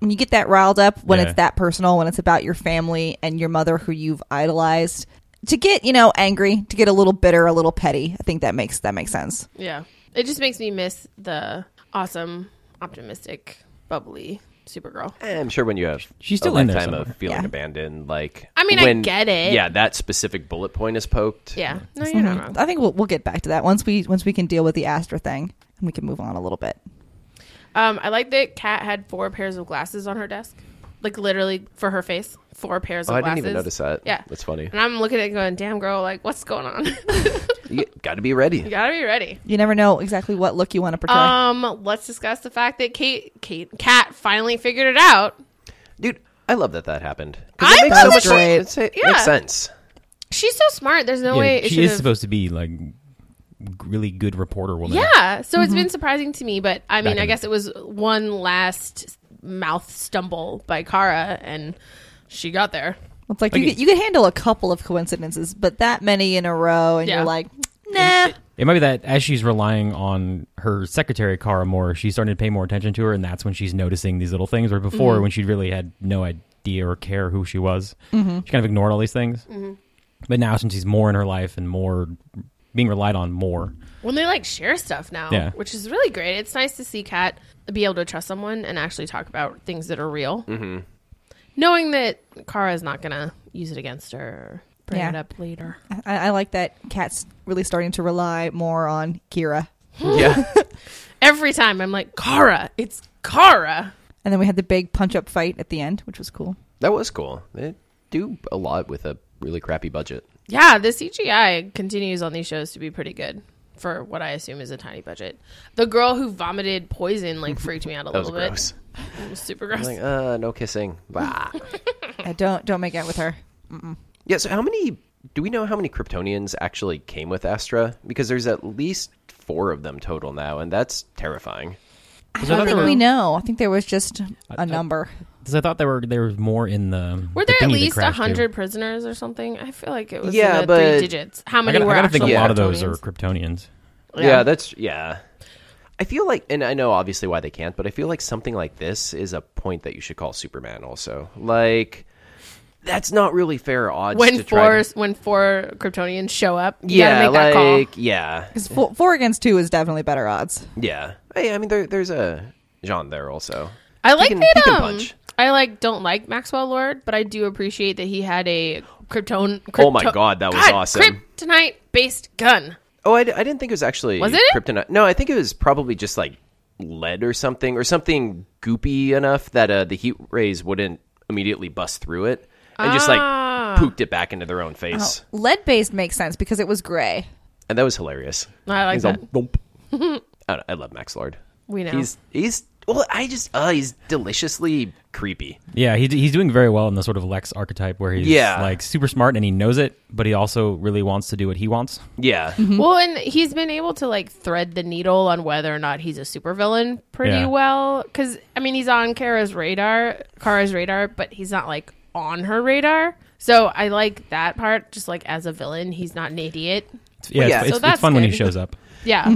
Speaker 4: when you get that riled up, when
Speaker 5: Yeah.
Speaker 4: it's that personal, when it's about your family and your mother who you've idolized, to get you know angry, to get a little bitter, a little petty. I think that makes that makes sense.
Speaker 3: yeah. It just makes me miss the awesome, optimistic, bubbly Supergirl.
Speaker 2: Eh, I'm sure when you have
Speaker 5: She's
Speaker 2: a
Speaker 5: still in there
Speaker 2: lifetime of
Speaker 5: somewhere.
Speaker 2: feeling
Speaker 4: Yeah.
Speaker 2: abandoned, like
Speaker 3: I mean, I
Speaker 2: when-
Speaker 3: get it.
Speaker 2: Yeah, that specific bullet point is poked.
Speaker 3: Yeah, no, you're not wrong.
Speaker 4: Mm. I think we'll we'll get back to that once we once we can deal with the Astra thing and we can move on a little bit.
Speaker 3: Um, I like that Kat had four pairs of glasses on her desk, like literally for her face, four pairs
Speaker 2: Oh,
Speaker 3: of
Speaker 2: I
Speaker 3: glasses.
Speaker 2: didn't even notice that.
Speaker 3: Yeah.
Speaker 2: that's funny.
Speaker 3: And I'm looking at it going, damn girl, like what's going on? you
Speaker 2: You got to be ready.
Speaker 3: gotta be ready.
Speaker 4: You never know exactly what look you want to portray.
Speaker 3: Um, let's discuss the fact that Kate, Kate, Kat finally figured it out.
Speaker 2: Dude, I love that that happened. 'Cause it
Speaker 3: I
Speaker 2: makes
Speaker 3: thought
Speaker 2: so much
Speaker 3: that
Speaker 2: more-
Speaker 3: she-
Speaker 2: it's- It
Speaker 3: yeah.
Speaker 2: makes sense.
Speaker 3: She's so smart. There's no
Speaker 5: Yeah,
Speaker 3: way it
Speaker 5: she is
Speaker 3: should've-
Speaker 5: supposed to be like g- really good reporter woman.
Speaker 3: Yeah. So it's been surprising to me, but I mean,
Speaker 5: Mm-hmm. Back
Speaker 3: I
Speaker 5: in-
Speaker 3: guess it was one last mouth stumble by Kara, and she got there.
Speaker 4: it's like you
Speaker 5: like-
Speaker 4: could, you could handle a couple of coincidences, but that many in a row, and
Speaker 3: Yeah.
Speaker 4: you're like, nah.
Speaker 5: It might be that as she's relying on her secretary Kara more, she's starting to pay more attention to her, and that's when she's noticing these little things. Where before,
Speaker 3: Mm-hmm.
Speaker 5: when she really had no idea or care who she was,
Speaker 3: Mm-hmm.
Speaker 5: she kind of ignored all these things. But now, since she's more in her life and more being relied on more,
Speaker 3: When they like share stuff now,
Speaker 5: Yeah.
Speaker 3: which is really great. It's nice to see Kat be able to trust someone and actually talk about things that are real, mm-hmm. knowing that Kara is not gonna use it against her. or Bring
Speaker 4: Yeah.
Speaker 3: it up later.
Speaker 4: I, I like that Cat's really starting to rely more on Kira.
Speaker 2: Yeah.
Speaker 3: Every time I'm like, Kara, it's Kara.
Speaker 4: And then we had the big punch up fight at the end, which was cool.
Speaker 2: That was cool. They do a lot with a really crappy budget.
Speaker 3: Yeah, the CGI continues on these shows to be pretty good for what I assume is a tiny budget. The girl who vomited poison like freaked me out a
Speaker 2: That was
Speaker 3: little bit.
Speaker 2: gross.
Speaker 3: It was super gross.
Speaker 2: Like, uh, no kissing. Bah.
Speaker 4: I don't don't make out with her.
Speaker 2: yeah. So, how many? Do we know how many Kryptonians actually came with Astra? Because there's at least four of them total now, and that's terrifying.
Speaker 4: I
Speaker 5: there
Speaker 4: don't think
Speaker 5: another-
Speaker 4: we know. I think there was just
Speaker 5: I-
Speaker 4: a number.
Speaker 5: because I thought there were there was more in the
Speaker 3: were
Speaker 5: the
Speaker 3: there at
Speaker 5: thingy that
Speaker 3: least
Speaker 5: crashed, too.
Speaker 3: hundred prisoners or something? I feel like it was
Speaker 2: Yeah,
Speaker 3: in the
Speaker 2: but-
Speaker 3: three digits. How
Speaker 5: I
Speaker 3: many
Speaker 5: gotta,
Speaker 3: were
Speaker 5: I gotta think a
Speaker 3: actually
Speaker 5: lot of those are
Speaker 3: Kryptonians?
Speaker 5: Kryptonians.
Speaker 2: Yeah. that's yeah. I feel like, and I know obviously why they can't, but I feel like something like this is a point that you should call Superman. Also, like that's not really fair odds.
Speaker 3: when
Speaker 2: to try
Speaker 3: four
Speaker 2: to,
Speaker 3: when four Kryptonians show up, you
Speaker 2: yeah,
Speaker 3: gotta make that call.
Speaker 2: like yeah,
Speaker 4: Because four, four against two is definitely better odds.
Speaker 2: yeah. Hey, I mean, there, there's a Jean there also.
Speaker 3: I like
Speaker 2: can-
Speaker 3: that.
Speaker 2: he can
Speaker 3: um,
Speaker 2: punch.
Speaker 3: I like don't like Maxwell Lord, but I do appreciate that he had a Krypton.
Speaker 2: Oh my
Speaker 3: Krypto-
Speaker 2: God, that was awesome.
Speaker 3: Kryptonite based gun.
Speaker 2: Oh, I, I didn't think it was actually
Speaker 3: Was it?
Speaker 2: kryptonite. No, I think it was probably just like lead or something, or something goopy enough that uh, the heat rays wouldn't immediately bust through it, and just like
Speaker 3: Ah. Oh.
Speaker 2: pooped it back into their own face,
Speaker 4: Lead based makes sense because it was gray.
Speaker 2: and that was hilarious.
Speaker 3: I like
Speaker 2: He's all,
Speaker 3: that.
Speaker 2: "Thump." I, don't- I love Max Lord.
Speaker 3: We know.
Speaker 2: He's he's well, I just uh, he's deliciously creepy.
Speaker 5: Yeah, he, he's doing very well in the sort of Lex archetype where he's
Speaker 2: Yeah.
Speaker 5: like super smart and he knows it, but he also really wants to do what he wants.
Speaker 2: Yeah,
Speaker 3: Well, and he's been able to like thread the needle on whether or not he's a supervillain pretty
Speaker 5: Yeah.
Speaker 3: well. Because I mean, he's on Kara's radar, Kara's radar, but he's not like on her radar. So I like that part. Just like as a villain, he's not an idiot.
Speaker 5: Yeah,
Speaker 2: yeah.
Speaker 5: it's,
Speaker 3: So
Speaker 5: it's,
Speaker 3: that's
Speaker 5: it's fun when he
Speaker 3: good.
Speaker 5: shows up.
Speaker 3: Yeah,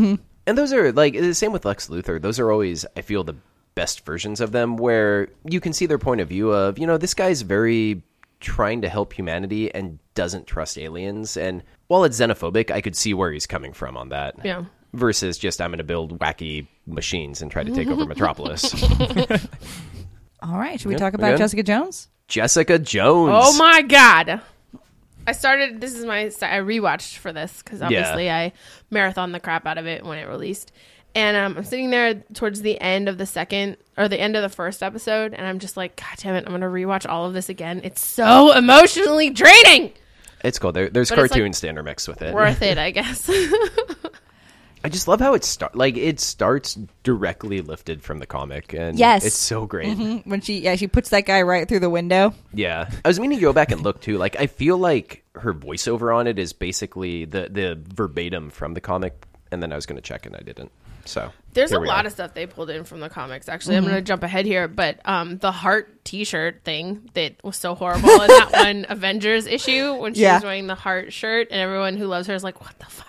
Speaker 2: and those are like the same with Lex Luthor. Those are always I feel the best versions of them where you can see their point of view of, you know, this guy's very trying to help humanity and doesn't trust aliens and while it's xenophobic, I could see where he's coming from on that.
Speaker 3: Yeah.
Speaker 2: Versus just I'm going to build wacky machines and try to take over Metropolis.
Speaker 4: All right, should we
Speaker 2: Yeah,
Speaker 4: talk
Speaker 2: we're
Speaker 4: about
Speaker 2: good.
Speaker 4: Jessica Jones?
Speaker 2: Jessica Jones.
Speaker 3: Oh my god! I started. This is my. I rewatched for this because obviously I marathon the crap out of it when it released, and um, I'm sitting there towards the end of the second or the end of the first episode, and I'm just like, God damn it! I'm gonna rewatch all of this again. It's so emotionally draining.
Speaker 2: It's cool. There, there's
Speaker 3: But it's, like,
Speaker 2: cartoon standard mixed with it.
Speaker 3: Worth it, I guess.
Speaker 2: I just love how it start like it starts directly lifted from the comic and
Speaker 4: Yes.
Speaker 2: it's so great.
Speaker 3: Mm-hmm.
Speaker 4: When she yeah she puts that guy right through the window.
Speaker 2: Yeah, I was meaning to go back and look too. Like, I feel like her voiceover on it is basically the the verbatim from the comic, and then I was going to check and I didn't. So
Speaker 3: There's
Speaker 2: here
Speaker 3: a
Speaker 2: we
Speaker 3: lot
Speaker 2: are.
Speaker 3: of stuff they pulled in from the comics. Actually,
Speaker 4: Mm-hmm.
Speaker 3: I'm going to jump ahead here, but um, the heart T-shirt thing that was so horrible in that one Avengers issue when she
Speaker 4: Yeah.
Speaker 3: was wearing the heart shirt, and everyone who loves her is like, "What the fuck?"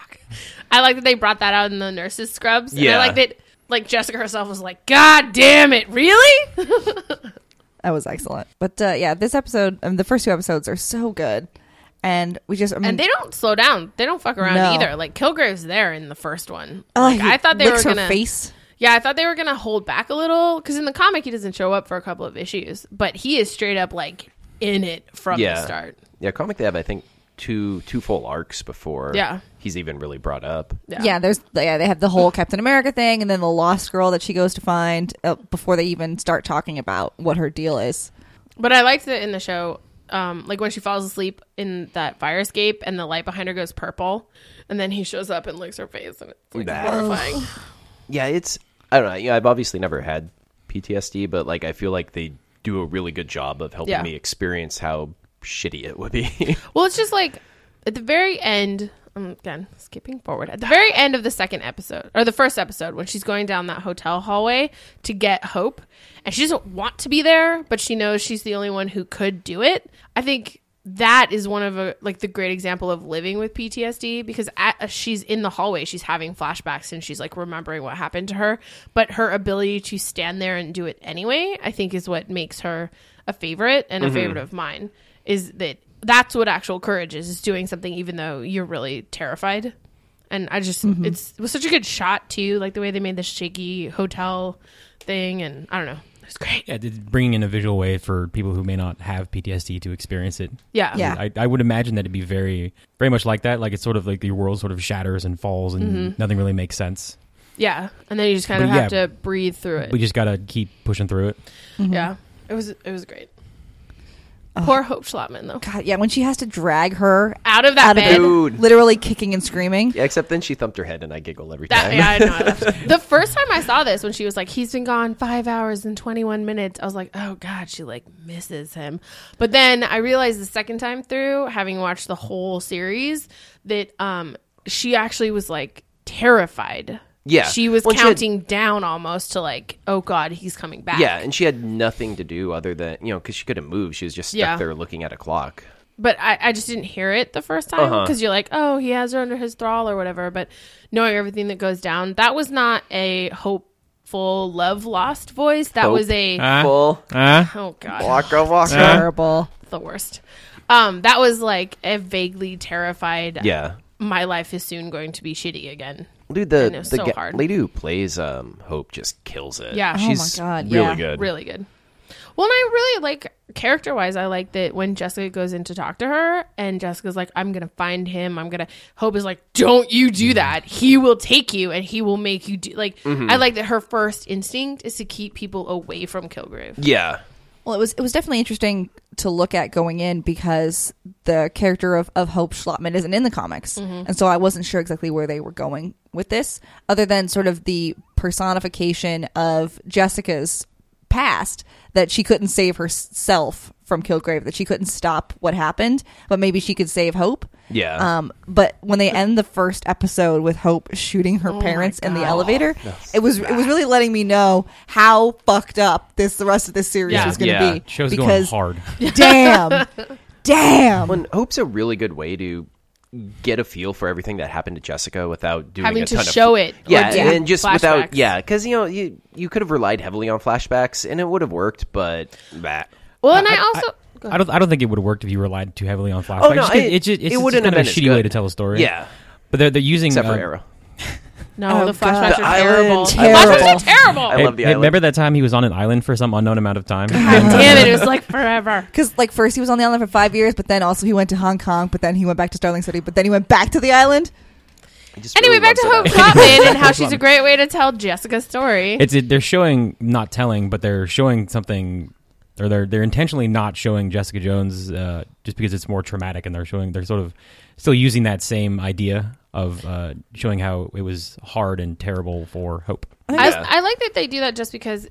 Speaker 3: I like that they brought that out in the nurses' scrubs. and
Speaker 2: Yeah.
Speaker 3: I like that. Like Jessica herself was like, "God damn it, really?"
Speaker 4: That was excellent. But uh, yeah, this episode, um, the first two episodes are so good, and we just I mean,
Speaker 3: And they don't slow down. They don't fuck around
Speaker 4: No.
Speaker 3: either. Like Kilgrave's there in the first one.
Speaker 4: Oh,
Speaker 3: Like,
Speaker 4: he
Speaker 3: I thought they were
Speaker 4: licks her
Speaker 3: gonna
Speaker 4: face.
Speaker 3: Yeah, I thought they were gonna hold back a little because in the comic he doesn't show up for a couple of issues, but he is straight up like in it from
Speaker 2: yeah
Speaker 3: the start.
Speaker 2: yeah comic they have I think two two full arcs before
Speaker 3: Yeah.
Speaker 2: he's even really brought up.
Speaker 4: Yeah. there's yeah they have the whole Captain America thing, and then the lost girl that she goes to find uh, before they even start talking about what her deal is.
Speaker 3: But I liked it in the show, um, like when she falls asleep in that fire escape and the light behind her goes purple, and then he shows up and licks her face, and it's like
Speaker 2: Nah.
Speaker 3: horrifying.
Speaker 2: yeah, it's I don't know. Yeah, I've obviously never had PTSD, but like I feel like they do a really good job of helping
Speaker 3: Yeah.
Speaker 2: me experience how shitty it would be.
Speaker 3: Well, it's just like at the very end. I'm again skipping forward. At the very end of the second episode or the first episode, when she's going down that hotel hallway to get Hope, and she doesn't want to be there, but she knows she's the only one who could do it. I think that is one of a like the great example of living with PTSD because at, uh, she's in the hallway, she's having flashbacks and she's like remembering what happened to her, but her ability to stand there and do it anyway, I think, is what makes her a favorite and a favorite of mine is that that's what actual courage is is doing something even though you're really terrified and i just
Speaker 4: Mm-hmm.
Speaker 3: it's it was such a good shot too like the way they made the shaky hotel thing and i don't know it was great
Speaker 5: Yeah, it's bringing in a visual way for people who may not have PTSD to experience it.
Speaker 3: yeah
Speaker 4: Yeah.
Speaker 5: I, I would imagine that it'd be very, very much like that. Like it's sort of like your world sort of shatters and falls, and
Speaker 3: Mm-hmm.
Speaker 5: nothing really makes sense.
Speaker 3: yeah and then you just kind of
Speaker 5: But
Speaker 3: have
Speaker 5: yeah.
Speaker 3: to breathe through it
Speaker 5: We just gotta keep pushing through it.
Speaker 4: Mm-hmm.
Speaker 3: yeah it was it was great poor hope schlotman though
Speaker 4: God, yeah, when she has to drag her
Speaker 3: out of that
Speaker 4: out of
Speaker 3: bed
Speaker 4: bed,
Speaker 2: Dude.
Speaker 4: literally kicking and screaming.
Speaker 2: yeah, except then she thumped her head and I giggle every
Speaker 3: That,
Speaker 2: time.
Speaker 3: yeah, I know. I loved it. the first time I saw this, when she was like, "He's been gone five hours and twenty-one minutes," I was like, "Oh God," she like misses him. But then I realized the second time through, having watched the whole series, that um she actually was like terrified.
Speaker 2: Yeah.
Speaker 3: she was
Speaker 2: Well, she had-
Speaker 3: counting down almost to like, "Oh God, he's coming back."
Speaker 2: Yeah, and she had nothing to do other than you know because she couldn't move. She was just stuck
Speaker 3: Yeah.
Speaker 2: there looking at a clock.
Speaker 3: but I, I just didn't hear it the first time
Speaker 2: Uh-huh.
Speaker 3: because you're like, oh, he has her under his thrall or whatever. But knowing everything that goes down, that was not a hopeful love lost voice. That
Speaker 2: Hope.
Speaker 3: was a
Speaker 2: Full
Speaker 3: oh god,
Speaker 2: waka waka.
Speaker 4: Terrible.
Speaker 3: the worst. Um, that was like a vaguely terrified.
Speaker 2: Yeah,
Speaker 3: my life is soon going to be shitty again.
Speaker 2: dude,
Speaker 3: And it
Speaker 2: the
Speaker 3: was
Speaker 2: the
Speaker 3: so
Speaker 2: ga-
Speaker 3: hard.
Speaker 2: lady who plays um, Hope just kills it.
Speaker 3: Yeah. Oh my
Speaker 2: she's
Speaker 4: God,
Speaker 2: really
Speaker 4: yeah.
Speaker 2: good.
Speaker 3: Really good. Well, and I really like character wise. I like that when Jessica goes in to talk to her, and Jessica's like, "I'm gonna find him. I'm gonna." Hope is like, "Don't you do that. He will take you, and he will make you do." Like, I like that her first instinct is to keep people away from Kilgrave.
Speaker 2: Yeah,
Speaker 4: Well, it was it was definitely interesting to look at going in because the character of, of Hope Schlottman isn't in the comics, and so I wasn't sure exactly where they were going with this, other than sort of the personification of Jessica's past that she couldn't save herself from Kilgrave, that she couldn't stop what happened, but maybe she could save Hope.
Speaker 2: Yeah.
Speaker 4: Um. But when they end the first episode with Hope shooting her parents in the elevator, it was it was really letting me know how fucked up this the rest of this series
Speaker 3: Yeah.
Speaker 4: was going to
Speaker 2: Yeah.
Speaker 4: be.
Speaker 5: Show's
Speaker 4: because
Speaker 5: going hard.
Speaker 4: damn, damn.
Speaker 2: Well, and Hope's a really good way to get a feel for everything that happened to Jessica without doing
Speaker 3: Having
Speaker 2: a
Speaker 3: to
Speaker 2: ton
Speaker 3: show
Speaker 2: of,
Speaker 3: it or
Speaker 2: Yeah,
Speaker 3: do
Speaker 2: and just
Speaker 3: flashbacks.
Speaker 2: without yeah, because you know you you could have relied heavily on flashbacks and it would have worked, but that.
Speaker 3: Well, and I also Go
Speaker 5: I don't. I don't think it would have worked if you relied too heavily on flashbacks.
Speaker 2: Oh, no,
Speaker 5: Just 'cause
Speaker 2: it-
Speaker 5: it's just, it's
Speaker 2: it
Speaker 5: just
Speaker 2: wouldn't
Speaker 5: kind
Speaker 2: have
Speaker 5: of a
Speaker 2: been as
Speaker 5: shitty way
Speaker 2: good.
Speaker 5: to tell a story.
Speaker 2: Yeah,
Speaker 5: but they're they're using
Speaker 2: except for
Speaker 5: uh,
Speaker 2: Arrow.
Speaker 3: no,
Speaker 4: Oh,
Speaker 3: the
Speaker 4: God.
Speaker 3: flashbacks
Speaker 2: The
Speaker 3: are
Speaker 2: island,
Speaker 3: terrible. The
Speaker 2: I love
Speaker 3: flashbacks are
Speaker 2: it.
Speaker 3: terrible.
Speaker 2: I
Speaker 5: Hey,
Speaker 2: love the
Speaker 5: hey,
Speaker 2: island.
Speaker 5: remember that time he was on an island for some unknown amount of time?
Speaker 3: Damn it! It was like forever.
Speaker 4: Because like first he was on the island for five years, but then also he went to Hong Kong, but then he went back to Starling City, but then he went back to the island.
Speaker 2: I just
Speaker 3: Anyway,
Speaker 2: really
Speaker 3: back to Hope
Speaker 2: loved it.
Speaker 3: Trotman and how she's a great way to tell Jessica's story.
Speaker 5: it's it, they're showing not telling, but they're showing something, or they're they're intentionally not showing Jessica Jones uh, just because it's more traumatic, and they're showing they're sort of still using that same idea of uh, showing how it was hard and terrible for Hope.
Speaker 2: Yeah.
Speaker 3: I, I like that they do that just because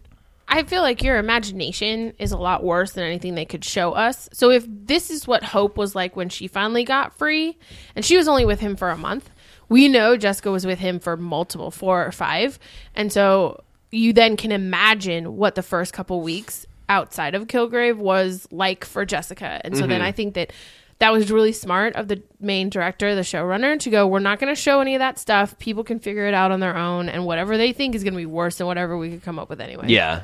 Speaker 3: I feel like your imagination is a lot worse than anything they could show us. So if this is what Hope was like when she finally got free, and she was only with him for a month, we know Jessica was with him for multiple four or five, and so you then can imagine what the first couple weeks outside of Kilgrave was like for Jessica. And so then I think that that was really smart of the main director, the showrunner, to go, we're not going to show any of that stuff. People can figure it out on their own, and whatever they think is going to be worse than whatever we could come up with anyway.
Speaker 2: Yeah.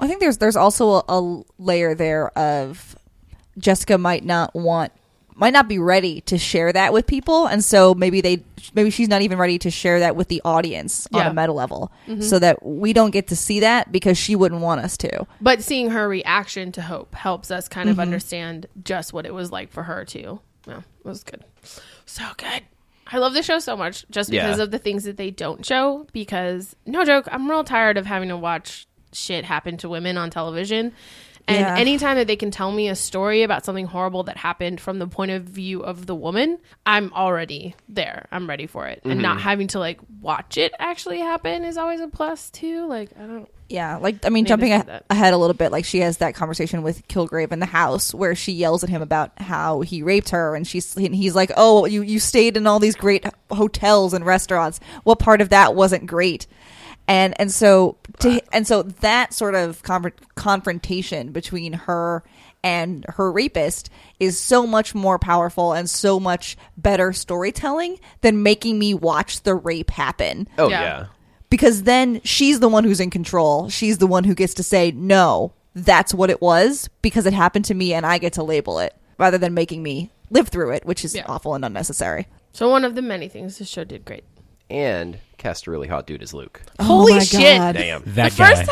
Speaker 4: I think there's there's also a, a layer there of Jessica might not want might not be ready to share that with people and so maybe they maybe she's not even ready to share that with the audience on
Speaker 3: Yeah.
Speaker 4: a meta level so that we don't get to see that because she wouldn't want us to.
Speaker 3: But seeing her reaction to Hope helps us kind of understand just what it was like for her too. Yeah, it was good. So good. I love the show so much just
Speaker 2: Yeah.
Speaker 3: because of the things that they don't show because no joke, I'm real tired of having to watch shit happen to women on television. And
Speaker 4: Yeah.
Speaker 3: anytime that they can tell me a story about something horrible that happened from the point of view of the woman, I'm already there. I'm ready for it. And not having to like watch it actually happen is always a plus too. Like I don't
Speaker 4: Yeah, like I mean,
Speaker 3: to
Speaker 4: jumping
Speaker 3: see
Speaker 4: a-
Speaker 3: that.
Speaker 4: ahead a little bit, like she has that conversation with Kilgrave in the house where she yells at him about how he raped her, and she's and he's like, "Oh, you you stayed in all these great hotels and restaurants. What part of that wasn't great?" And and so to, and so that sort of conver- confrontation between her and her rapist is so much more powerful and so much better storytelling than making me watch the rape happen
Speaker 2: Oh
Speaker 3: Yeah.
Speaker 2: yeah.
Speaker 4: because then she's the one who's in control. She's the one who gets to say, no, that's what it was because it happened to me and I get to label it rather than making me live through it, which is
Speaker 3: Yeah.
Speaker 4: awful and unnecessary.
Speaker 3: So one of the many things the show did great.
Speaker 2: And cast a really hot dude as Luke.
Speaker 3: Holy
Speaker 4: Oh my
Speaker 3: shit.
Speaker 4: God.
Speaker 2: Damn.
Speaker 5: That
Speaker 3: the
Speaker 5: guy.
Speaker 3: first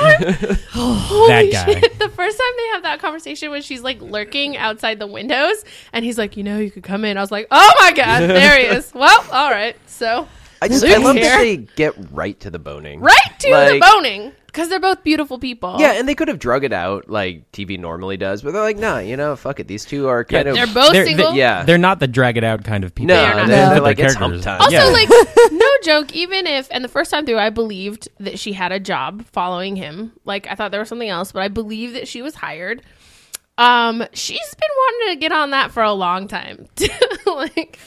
Speaker 3: time, holy
Speaker 5: That guy.
Speaker 3: shit! The first time they have that conversation when she's like lurking outside the windows, and he's like, "You know, you could come in." I was like, "Oh my god, there he is!" Well, all right, so
Speaker 2: I just I
Speaker 3: Luke's
Speaker 2: love that
Speaker 3: here.
Speaker 2: they get right to the boning.
Speaker 3: right to the
Speaker 2: Like,
Speaker 3: boning because they're both beautiful people.
Speaker 2: Yeah, and they could have drug it out like TV normally does, but they're like, nah, you know, fuck it. These two are kind
Speaker 5: Yeah,
Speaker 2: of
Speaker 3: they're both
Speaker 5: They're-
Speaker 3: single.
Speaker 2: yeah.
Speaker 5: They're not the drag it out kind of people.
Speaker 2: no,
Speaker 3: They
Speaker 2: they're,
Speaker 3: are not.
Speaker 2: they're
Speaker 5: But
Speaker 2: like
Speaker 5: their
Speaker 2: it's hump
Speaker 5: characters-
Speaker 2: time.
Speaker 3: Also,
Speaker 2: yeah.
Speaker 3: like, no joke, even if, and the first time through, I believed that she had a job following him. Like, I thought there was something else, but I believe that she was hired. Um, she's been wanting to get on that for a long time. like,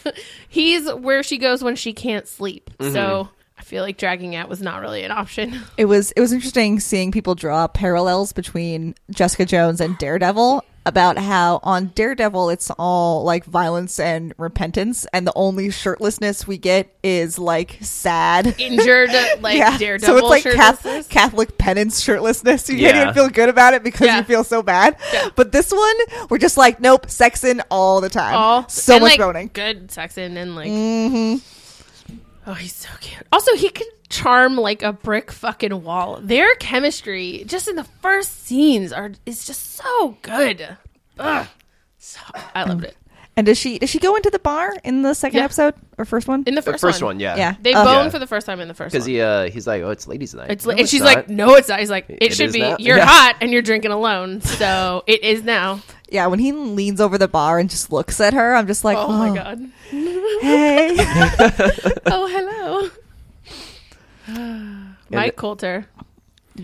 Speaker 3: he's where she goes when she can't sleep. So I feel like dragging out was not really an option.
Speaker 4: It was it was interesting seeing people draw parallels between Jessica Jones and Daredevil about how on Daredevil it's all like violence and repentance and the only shirtlessness we get is like sad
Speaker 3: Injured, like, daredevil.
Speaker 4: So it's like Cath-
Speaker 3: shirtlessness.
Speaker 4: Catholic, penance shirtlessness. You can't
Speaker 2: Yeah.
Speaker 4: even feel good about it because
Speaker 3: Yeah.
Speaker 4: you feel so bad. But this one, we're just like, nope, sex in all the time.
Speaker 3: all
Speaker 4: so
Speaker 3: and,
Speaker 4: much Mm-hmm.
Speaker 3: like,
Speaker 4: boning.
Speaker 3: Good Texan and like. Oh, he's so cute. Also, he could charm like a brick fucking wall. Their chemistry, just in the first scenes, are is just so good. Ugh. So, I loved it
Speaker 4: And does she does she go into the bar in the second
Speaker 3: Yeah.
Speaker 4: episode or first one?
Speaker 3: in the
Speaker 2: the
Speaker 3: first,
Speaker 2: first one, yeah.
Speaker 4: yeah,
Speaker 3: They
Speaker 4: Uh,
Speaker 3: bone
Speaker 2: Yeah.
Speaker 3: for the first time in the first
Speaker 2: Because
Speaker 3: one.
Speaker 2: he, uh, he's like, oh, it's ladies' night.
Speaker 3: It's
Speaker 2: No,
Speaker 3: like, and she's
Speaker 2: not.
Speaker 3: like, no, it's not. He's like, it,
Speaker 2: It
Speaker 3: should
Speaker 2: is
Speaker 3: be.
Speaker 2: not.
Speaker 3: You're
Speaker 2: Yeah.
Speaker 3: hot and you're drinking alone, so it is now.
Speaker 4: yeah. When he leans over the bar and just looks at her, I'm just like,
Speaker 3: Oh my god.
Speaker 4: hey.
Speaker 3: Oh hello, Mike Coulter.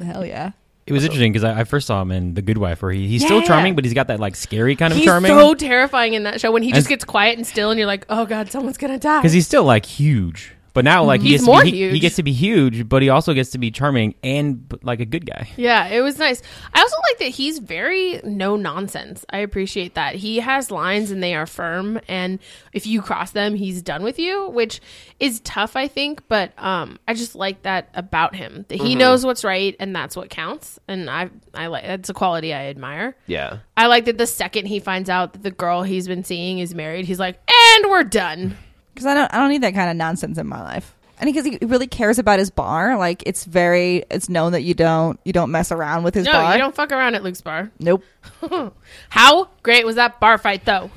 Speaker 4: Hell yeah.
Speaker 5: It was interesting because I, I first saw him in The Good Wife, where he, he's
Speaker 3: Yeah.
Speaker 5: still charming, but he's got that like scary kind of
Speaker 3: He's
Speaker 5: charming.
Speaker 3: so terrifying in that show when he just
Speaker 5: And-
Speaker 3: gets quiet and still, and you're like, "Oh God, someone's gonna die."
Speaker 5: because he's still like huge. But now, like he
Speaker 3: He's
Speaker 5: gets
Speaker 3: more
Speaker 5: to be, he-
Speaker 3: huge.
Speaker 5: He gets to be huge, but he also gets to be charming and b- like a good guy.
Speaker 3: yeah, it was nice. I also like that he's very no nonsense. I appreciate that he has lines and they are firm, and if you cross them, he's done with you, which is tough, I think. But um, I just like that about him that he
Speaker 5: Mm-hmm.
Speaker 3: knows what's right and that's what counts, and I I like that's a quality I admire.
Speaker 2: yeah.
Speaker 3: I like that the second he finds out that the girl he's been seeing is married, he's like, "And we're done."
Speaker 4: because I don't I don't need that kind of nonsense in my life. And because he really cares about his bar, like it's very it's known that you don't you don't mess around with his
Speaker 3: No,
Speaker 4: bar.
Speaker 3: you don't fuck around at Luke's bar.
Speaker 4: Nope.
Speaker 3: How great was that bar fight, though?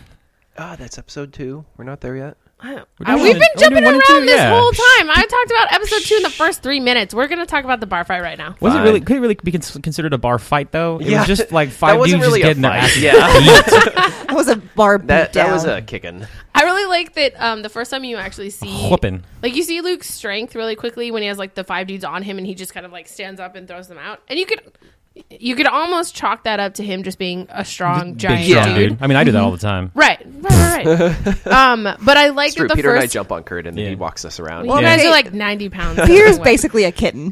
Speaker 3: Ah,
Speaker 2: Oh, that's episode two. We're not there yet.
Speaker 3: Uh,
Speaker 5: doing
Speaker 3: we've
Speaker 5: one-
Speaker 3: been
Speaker 5: we're doing
Speaker 3: jumping
Speaker 5: one
Speaker 3: around
Speaker 5: and two,
Speaker 3: this
Speaker 5: yeah.
Speaker 3: whole time. I talked about episode two in the first three minutes. We're going to talk about the bar fight right now.
Speaker 5: Was it
Speaker 2: Fine.
Speaker 5: really? Could it really be cons- considered a bar fight though? It
Speaker 2: Yeah.
Speaker 5: was just like
Speaker 2: That
Speaker 5: five
Speaker 2: wasn't
Speaker 5: dudes
Speaker 2: really a
Speaker 5: just getting their
Speaker 2: fight.
Speaker 5: asses
Speaker 2: Yeah.
Speaker 5: beat.
Speaker 4: That was a bar beat
Speaker 2: That that
Speaker 4: down.
Speaker 2: was a kicking.
Speaker 3: I really like that um, the first time you actually see.
Speaker 5: Whooping.
Speaker 3: Like, you see Luke's strength really quickly when he has, like, the five dudes on him and he just kind of, like, stands up and throws them out. And you could. you could almost chalk that up to him just being a strong Mm-hmm. giant
Speaker 5: Big strong
Speaker 2: Yeah.
Speaker 5: dude. I mean, I do that all the time.
Speaker 3: Right, right, right, right. um, but I like
Speaker 2: It's true.
Speaker 3: that the
Speaker 2: Peter and I
Speaker 3: first.
Speaker 2: jump on Kurt, and then he
Speaker 5: Yeah.
Speaker 2: walks us around.
Speaker 3: Well, you
Speaker 5: Yeah.
Speaker 3: guys are like ninety pounds.
Speaker 4: Fear's
Speaker 3: anyway.
Speaker 4: basically a kitten.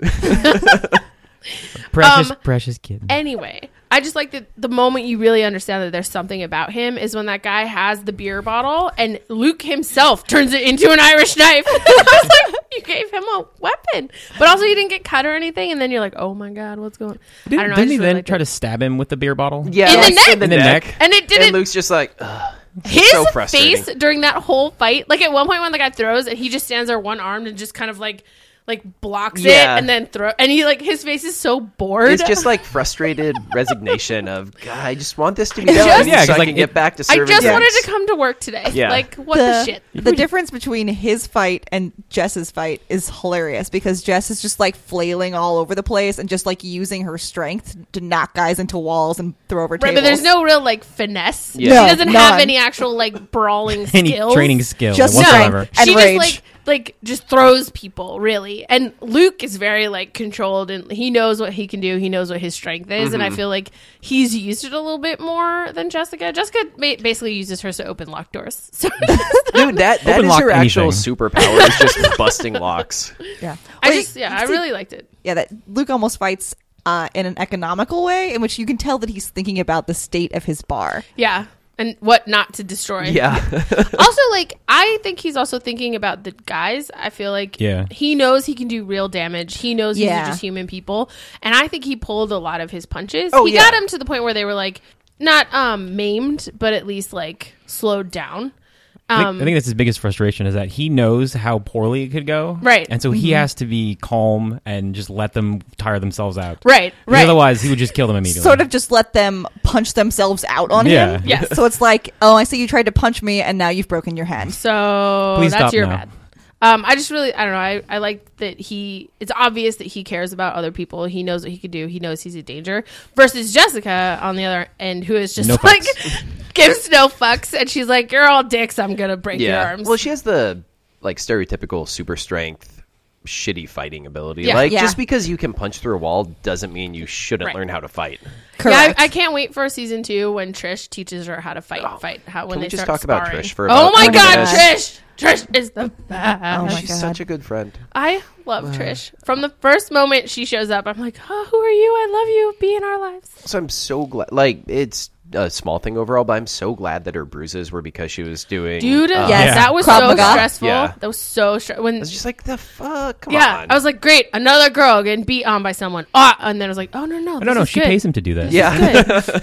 Speaker 5: Precious,
Speaker 3: Um,
Speaker 5: precious kitten.
Speaker 3: Anyway, I just like that the moment you really understand that there's something about him is when that guy has the beer bottle and Luke himself turns it into an Irish knife. I was like, you gave him a weapon, but also you didn't get cut or anything. And then you're like, oh my god, what's going?
Speaker 5: Didn't,
Speaker 3: I don't know. I
Speaker 5: didn't
Speaker 3: just
Speaker 5: he
Speaker 3: really
Speaker 5: then
Speaker 3: liked
Speaker 5: try
Speaker 3: it.
Speaker 5: to stab him with the beer bottle?
Speaker 2: Yeah,
Speaker 3: In the
Speaker 2: like,
Speaker 3: neck?
Speaker 2: in the
Speaker 5: In the
Speaker 2: neck.
Speaker 5: neck.
Speaker 3: And it didn't.
Speaker 2: And Luke's just like, Ugh.
Speaker 3: his
Speaker 2: so frustrating.
Speaker 3: face during that whole fight like at one point when the guy throws and he just stands there one armed and just kind of like like blocks
Speaker 2: Yeah.
Speaker 3: it and then throw and he like his face is so bored
Speaker 2: it's just like frustrated resignation of God. I just want this to be
Speaker 3: just-
Speaker 2: done, so
Speaker 5: Yeah, 'cause,
Speaker 2: I
Speaker 5: like,
Speaker 2: can get
Speaker 5: it-
Speaker 2: back to
Speaker 3: i
Speaker 2: serving.
Speaker 3: just
Speaker 2: drinks.
Speaker 3: wanted to come to work today
Speaker 2: Yeah.
Speaker 3: like what the, shit
Speaker 4: the difference between his fight and Jess's fight is hilarious because Jess is just like flailing all over the place and just like using her strength to knock guys into walls and throw over
Speaker 3: right
Speaker 4: tables.
Speaker 3: but there's no real like finesse
Speaker 2: Yeah.
Speaker 3: she
Speaker 2: No,
Speaker 3: doesn't have
Speaker 4: none.
Speaker 3: any actual like brawling
Speaker 5: Any
Speaker 3: skills
Speaker 5: training skill
Speaker 4: Just
Speaker 5: whatsoever?
Speaker 4: strength. and
Speaker 3: she
Speaker 4: rage.
Speaker 3: just like like just throws people really and luke is very like controlled and he knows what he can do he knows what his strength is and i feel like he's used it a little bit more than jessica jessica ba- basically uses hers to open locked doors so
Speaker 2: Dude, that, that
Speaker 5: Open
Speaker 2: is
Speaker 5: lock
Speaker 2: her actual
Speaker 5: anything.
Speaker 2: superpower is just busting locks.
Speaker 4: yeah.
Speaker 3: i
Speaker 4: Wait,
Speaker 3: just yeah i
Speaker 4: see-
Speaker 3: really liked it
Speaker 4: yeah that Luke almost fights uh, in an economical way in which you can tell that he's thinking about the state of his bar.
Speaker 3: yeah and what not to destroy
Speaker 2: Yeah,
Speaker 3: also like i think he's also thinking about the guys i feel like
Speaker 5: Yeah.
Speaker 3: he knows he can do real damage he knows these
Speaker 4: Yeah.
Speaker 3: are just human people and i think he pulled a lot of his punches
Speaker 2: Oh,
Speaker 3: he
Speaker 2: yeah.
Speaker 3: got him to the point where they were like not um maimed but at least like slowed down
Speaker 5: I,
Speaker 3: um
Speaker 5: think, I think that's his biggest frustration is that he knows how poorly it could go,
Speaker 3: Right. Mm-hmm.
Speaker 5: And so he has to be calm and just let them tire themselves out,
Speaker 3: right
Speaker 5: Because
Speaker 3: right
Speaker 5: Otherwise, he would just kill them immediately.
Speaker 4: Sort of just let them punch themselves out on
Speaker 5: Yeah.
Speaker 4: him.
Speaker 3: Yes.
Speaker 4: So it's like, oh, I see you tried to punch me and now you've broken your hand.
Speaker 3: so
Speaker 5: Please
Speaker 3: that's
Speaker 5: stop
Speaker 3: your
Speaker 5: now.
Speaker 3: bad um i just really i don't know i i like that he it's obvious that he cares about other people he knows what he could do he knows he's a danger versus jessica on the other end who is just
Speaker 5: No
Speaker 3: like
Speaker 5: fucks.
Speaker 3: gives no fucks and she's like you're all dicks i'm gonna break your
Speaker 2: yeah.
Speaker 3: arms
Speaker 2: Well, she has the like stereotypical super strength, shitty fighting ability.
Speaker 3: Yeah.
Speaker 2: like
Speaker 4: Yeah.
Speaker 2: just because you can punch through a wall doesn't mean you shouldn't
Speaker 3: Right. Oh
Speaker 2: learn how to fight.
Speaker 4: Correct.
Speaker 3: Yeah, I, I can't wait for season two when Trish teaches her how to fight. fight how
Speaker 2: Oh,
Speaker 3: when
Speaker 2: Can we
Speaker 3: they
Speaker 2: just
Speaker 3: start
Speaker 2: talk about
Speaker 3: sparring.
Speaker 2: Trish for
Speaker 3: oh
Speaker 2: about
Speaker 3: my
Speaker 2: 20
Speaker 3: god,
Speaker 4: minutes?
Speaker 3: Trish! Trish is the best.
Speaker 4: oh my
Speaker 2: She's
Speaker 4: God.
Speaker 2: such a good friend.
Speaker 3: I love Trish. From the first moment she shows up, I'm like, oh, who are you? I love you. Be in our lives.
Speaker 2: So I'm so glad. Like it's a small thing overall, but I'm so glad that her bruises were because she was doing.
Speaker 3: Dude,
Speaker 2: uh,
Speaker 5: Yeah.
Speaker 3: that was
Speaker 4: Krav
Speaker 3: so
Speaker 4: Maga?
Speaker 3: stressful.
Speaker 2: Yeah.
Speaker 3: That was so stressful. When
Speaker 2: I was just like the fuck. Come
Speaker 3: yeah,
Speaker 2: on.
Speaker 3: I was like, great, another girl getting beat on by someone. Ah, and then I was like, oh no, no,
Speaker 5: No, no, she pays him to do that.
Speaker 2: yeah.
Speaker 3: Good.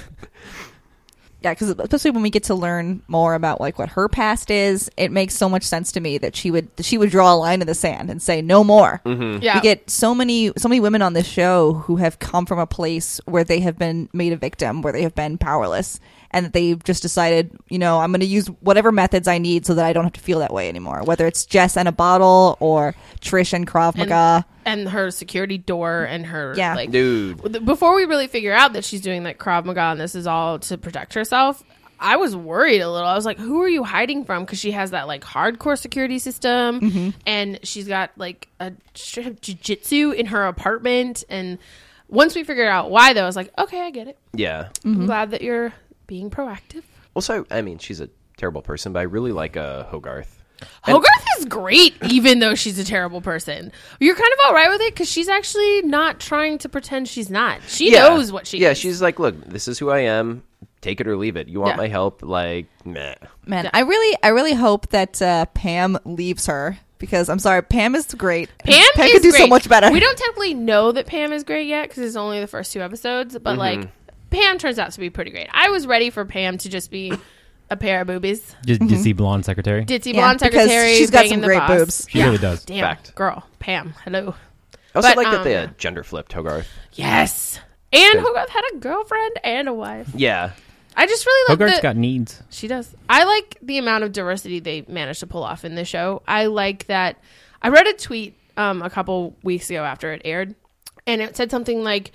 Speaker 4: yeah because especially when we get to learn more about like what her past is it makes so much sense to me that she would that she would draw a line in the sand and say no more
Speaker 3: yeah,
Speaker 4: we get so many so many women on this show who have come from a place where they have been made a victim where they have been powerless and that they've just decided you know i'm going to use whatever methods i need so that i don't have to feel that way anymore whether it's jess and a bottle or trish and krav
Speaker 3: and,
Speaker 4: maga
Speaker 3: and her security door and her
Speaker 4: Yeah.
Speaker 3: like
Speaker 2: Dude,
Speaker 3: Th- before we really figure out that she's doing that Krav Maga and this is all to protect herself, I was worried a little. I was like, who are you hiding from? Because she has that like hardcore security system
Speaker 2: Mm-hmm.
Speaker 3: and she's got like a straight up jujitsu in her apartment. And once we figured out why, though, I was like, okay, I get it.
Speaker 2: yeah.
Speaker 3: I'm glad that you're being proactive.
Speaker 2: Also, I mean, she's a terrible person, but I really like uh, Hogarth. And-
Speaker 3: Hogarth is great, even though she's a terrible person. You're kind of all right with it because she's actually not trying to pretend she's not. She knows what she
Speaker 2: Yeah,
Speaker 3: is.
Speaker 2: she's like, look, this is who I am. Take it or leave it. You want
Speaker 3: Yeah.
Speaker 2: my help? Like, meh.
Speaker 4: man i really i really hope that uh, pam leaves her because i'm sorry pam is great
Speaker 3: Pam, is
Speaker 4: could do so
Speaker 3: great.
Speaker 4: much better
Speaker 3: We don't technically know that Pam is great yet because it's only the first two episodes, but
Speaker 5: Mm-hmm.
Speaker 3: like Pam turns out to be pretty great. I was ready for Pam to just be a pair of boobies,
Speaker 5: Just dizzy blonde secretary.
Speaker 3: ditzy
Speaker 4: Yeah,
Speaker 3: blonde
Speaker 4: because
Speaker 3: secretary.
Speaker 4: she's got
Speaker 3: banging
Speaker 4: some
Speaker 3: the
Speaker 4: great
Speaker 3: boss.
Speaker 4: boobs.
Speaker 5: She really does.
Speaker 3: Damn,
Speaker 2: Fact.
Speaker 3: girl, Pam. Hello.
Speaker 2: I also
Speaker 3: But,
Speaker 2: like that they
Speaker 3: um,
Speaker 2: uh, gender flipped Hogarth.
Speaker 3: Yes. And
Speaker 2: Good.
Speaker 3: Hogarth had a girlfriend and a wife.
Speaker 2: Yeah.
Speaker 3: I just really love
Speaker 5: Hogarth's
Speaker 3: that
Speaker 5: got needs.
Speaker 3: she does. I like the amount of diversity they managed to pull off in the show. I like that. I read a tweet um, a couple weeks ago after it aired, and it said something like,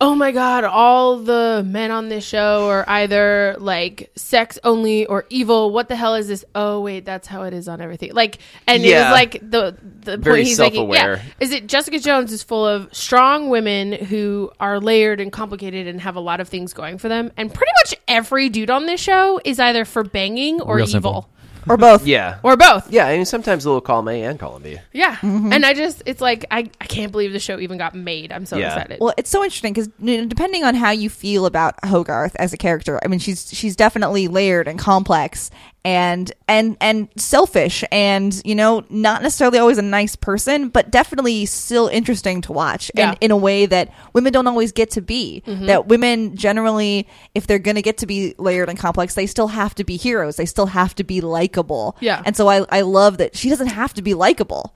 Speaker 3: oh my god, all the men on this show are either like sex only or evil. What the hell is this? Oh wait, that's how it is on everything. Like, and it
Speaker 2: Yeah.
Speaker 3: was like the the
Speaker 2: Very
Speaker 3: point he's making. Yeah,
Speaker 2: self-aware.
Speaker 3: is it Jessica Jones is full of strong women who are layered and complicated and have a lot of things going for them, and pretty much every dude on this show is either for banging or
Speaker 5: Real
Speaker 3: evil
Speaker 5: simple.
Speaker 4: or both.
Speaker 2: Yeah.
Speaker 3: or both.
Speaker 2: yeah, I mean, sometimes a little column A and column B.
Speaker 3: Yeah. And I just, it's like, I, I can't believe the show even got made. I'm so
Speaker 2: Yeah.
Speaker 3: excited.
Speaker 4: Well, it's so interesting because depending on how you feel about Hogarth as a character, I mean, she's she's definitely layered and complex and and and selfish and you know not necessarily always a nice person, but definitely still interesting to watch
Speaker 3: Yeah. Mm-hmm.
Speaker 4: and in a way that women don't always get to be. That women generally, if they're going to get to be layered and complex, they still have to be heroes. They still have to be likable.
Speaker 3: Yeah.
Speaker 4: and so I I love that she doesn't have to be likable,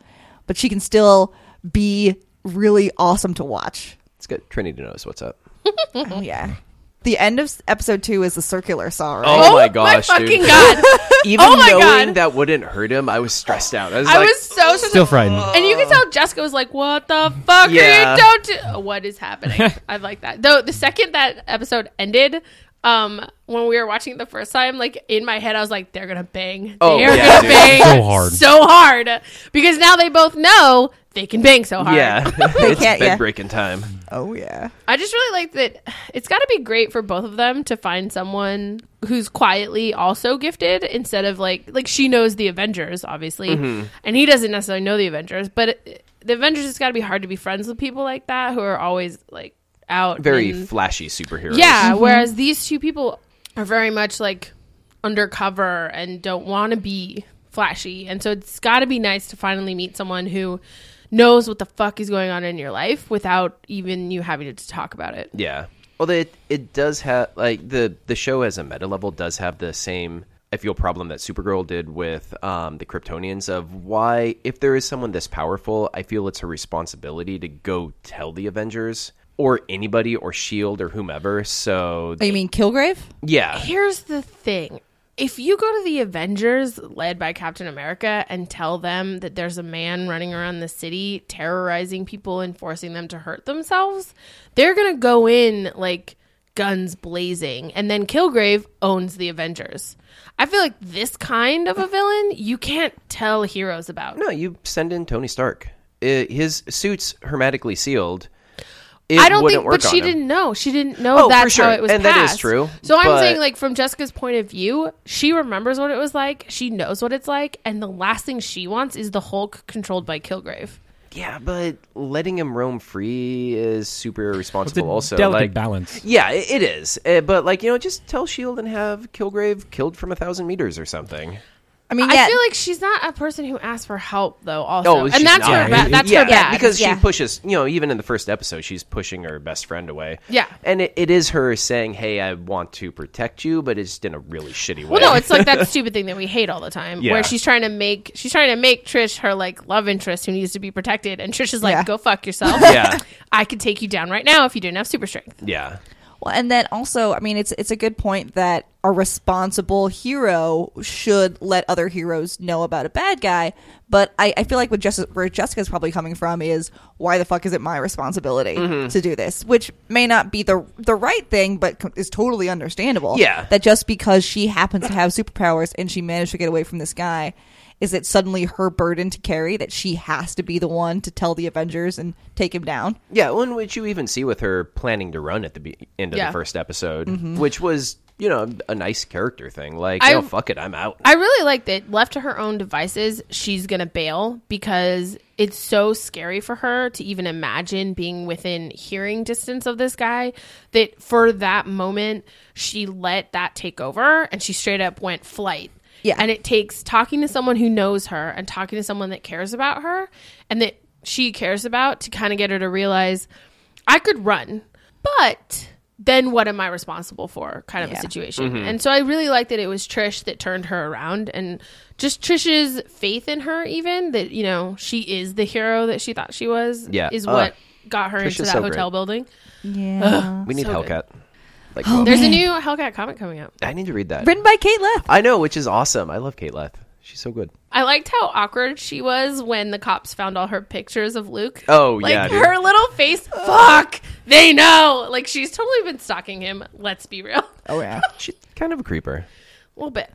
Speaker 4: but she can still be really awesome to watch.
Speaker 2: It's good. Trinity knows what's up.
Speaker 4: Oh yeah. The end of s- episode two is the circular saw, right?
Speaker 2: Oh, my
Speaker 3: my
Speaker 2: gosh,
Speaker 3: fucking
Speaker 2: dude.
Speaker 3: God.
Speaker 2: Even
Speaker 3: Oh my
Speaker 2: knowing
Speaker 3: God.
Speaker 2: that wouldn't hurt him, I was stressed out. I was
Speaker 3: I
Speaker 2: like,
Speaker 3: was so
Speaker 5: Still frightened.
Speaker 3: And you can tell Jessica was like, "What the fuck are
Speaker 2: Yeah.
Speaker 3: you don't do- oh, What is happening?" I like that. Though the second that episode ended, um, when we were watching it the first time, like in my head, I was like, "They're gonna bang.
Speaker 2: Oh,
Speaker 3: They're
Speaker 2: yeah,
Speaker 3: gonna
Speaker 2: dude.
Speaker 3: bang
Speaker 5: So hard.
Speaker 3: so hard." Because now they both know they can bang so hard.
Speaker 2: yeah, it's
Speaker 4: can't,
Speaker 2: bed
Speaker 4: yeah.
Speaker 2: breaking time.
Speaker 4: Oh yeah.
Speaker 3: I just really like that. It's got to be great for both of them to find someone who's quietly also gifted instead of like like she knows the Avengers obviously, and he doesn't necessarily know the Avengers. But it, the Avengers, it's got to be hard to be friends with people like that who are always like out
Speaker 2: Very
Speaker 3: and-
Speaker 2: flashy superheroes.
Speaker 3: yeah. Whereas these two people are very much like undercover and don't want to be flashy, and so it's got to be nice to finally meet someone who knows what the fuck is going on in your life without even you having to talk about it.
Speaker 2: Yeah. Well, it it does have like the the show as a meta level does have the same I feel problem that Supergirl did with um, the Kryptonians of why if there is someone this powerful, I feel it's her responsibility to go tell the Avengers or anybody or Shield E or whomever. So
Speaker 4: You mean Kilgrave?
Speaker 2: yeah,
Speaker 3: Here's the thing. If you go to the Avengers led by Captain America and tell them that there's a man running around the city terrorizing people and forcing them to hurt themselves, they're going to go in like guns blazing. And then Kilgrave owns the Avengers. I feel like this kind of a villain you can't tell heroes about.
Speaker 2: no, you send in Tony Stark. I his suit's hermetically sealed. It
Speaker 3: I don't
Speaker 2: wouldn't
Speaker 3: think,
Speaker 2: work
Speaker 3: but she
Speaker 2: on him.
Speaker 3: didn't know. She didn't know
Speaker 2: Oh,
Speaker 3: that's
Speaker 2: for sure.
Speaker 3: how it was.
Speaker 2: And that
Speaker 3: passed.
Speaker 2: is true,
Speaker 3: So I'm
Speaker 2: but-
Speaker 3: saying, like from Jessica's point of view, she remembers what it was like. She knows what it's like, and the last thing she wants is the Hulk controlled by Kilgrave.
Speaker 2: Yeah, but letting him roam free is super
Speaker 5: It's a
Speaker 2: irresponsible. Also,
Speaker 5: delicate
Speaker 2: like
Speaker 5: balance.
Speaker 2: Yeah, i- it is. Uh, but like you know, just tell Shield E and have Kilgrave killed from a thousand meters or something.
Speaker 4: I mean, yeah.
Speaker 3: I feel like she's not a person who asks for help, though. Also,
Speaker 2: Oh, she's
Speaker 3: and that's
Speaker 2: not.
Speaker 3: her. Ba- that's
Speaker 2: yeah,
Speaker 3: her bad
Speaker 2: because
Speaker 4: Yeah.
Speaker 2: she pushes. You know, even in the first episode, she's pushing her best friend away.
Speaker 3: Yeah.
Speaker 2: and it, it is her saying, "Hey, I want to protect you," but it's in a really shitty way.
Speaker 3: Well, no, it's like that stupid thing that we hate all the time,
Speaker 2: Yeah.
Speaker 3: where she's trying to make she's trying to make Trish her like love interest who needs to be protected, and Trish is like,
Speaker 4: Yeah.
Speaker 3: "Go fuck yourself."
Speaker 2: Yeah.
Speaker 3: I could take you down right now if you didn't have super strength.
Speaker 2: yeah,
Speaker 4: Well, and then also, I mean, it's it's a good point that a responsible hero should let other heroes know about a bad guy. But I, I feel like what Jessica, where Jessica's probably coming from is why the fuck is it my responsibility to do this? Which may not be the the right thing, but co- is totally understandable.
Speaker 2: Yeah.
Speaker 4: that just because she happens to have superpowers and she managed to get away from this guy. Is it suddenly her burden to carry that she has to be the one to tell the Avengers and take him down?
Speaker 2: yeah. Well, and which you even see with her planning to run at the be- end of
Speaker 3: Yeah. Mm-hmm.
Speaker 2: the first episode, which was you know a nice character thing. Like,
Speaker 3: I-
Speaker 2: oh fuck it, I'm out.
Speaker 3: I really like that left to her own devices, she's going to bail because it's so scary for her to even imagine being within hearing distance of this guy that for that moment she let that take over and she straight up went flight.
Speaker 4: Yeah.
Speaker 3: And it takes talking to someone who knows her and talking to someone that cares about her and that she cares about to kind of get her to realize I could run, but then what am I responsible for? Kind of a
Speaker 4: Yeah.
Speaker 3: situation.
Speaker 2: Mm-hmm.
Speaker 3: And so I really like that it was Trish that turned her around and just Trish's faith in her, even that, you know, she is the hero that she thought she was,
Speaker 2: Yeah.
Speaker 3: is
Speaker 2: Uh,
Speaker 3: what got her into
Speaker 2: is
Speaker 3: that
Speaker 2: so
Speaker 3: hotel building.
Speaker 4: Yeah,
Speaker 2: We need
Speaker 3: so good. Oh,
Speaker 2: Hellcat. Like,
Speaker 3: There's a new Hellcat comic coming out.
Speaker 2: I need to read that.
Speaker 4: written by Kate Leth.
Speaker 2: I know, which is awesome. I love Kate Leth. She's so good.
Speaker 3: I liked how awkward she was when the cops found all her pictures of Luke.
Speaker 2: Oh,
Speaker 3: like
Speaker 2: yeah, dude.
Speaker 3: her little face. Fuck. They know. Like she's totally been stalking him. Let's be real. A
Speaker 4: Oh yeah.
Speaker 2: She's kind of a creeper.
Speaker 3: little bit.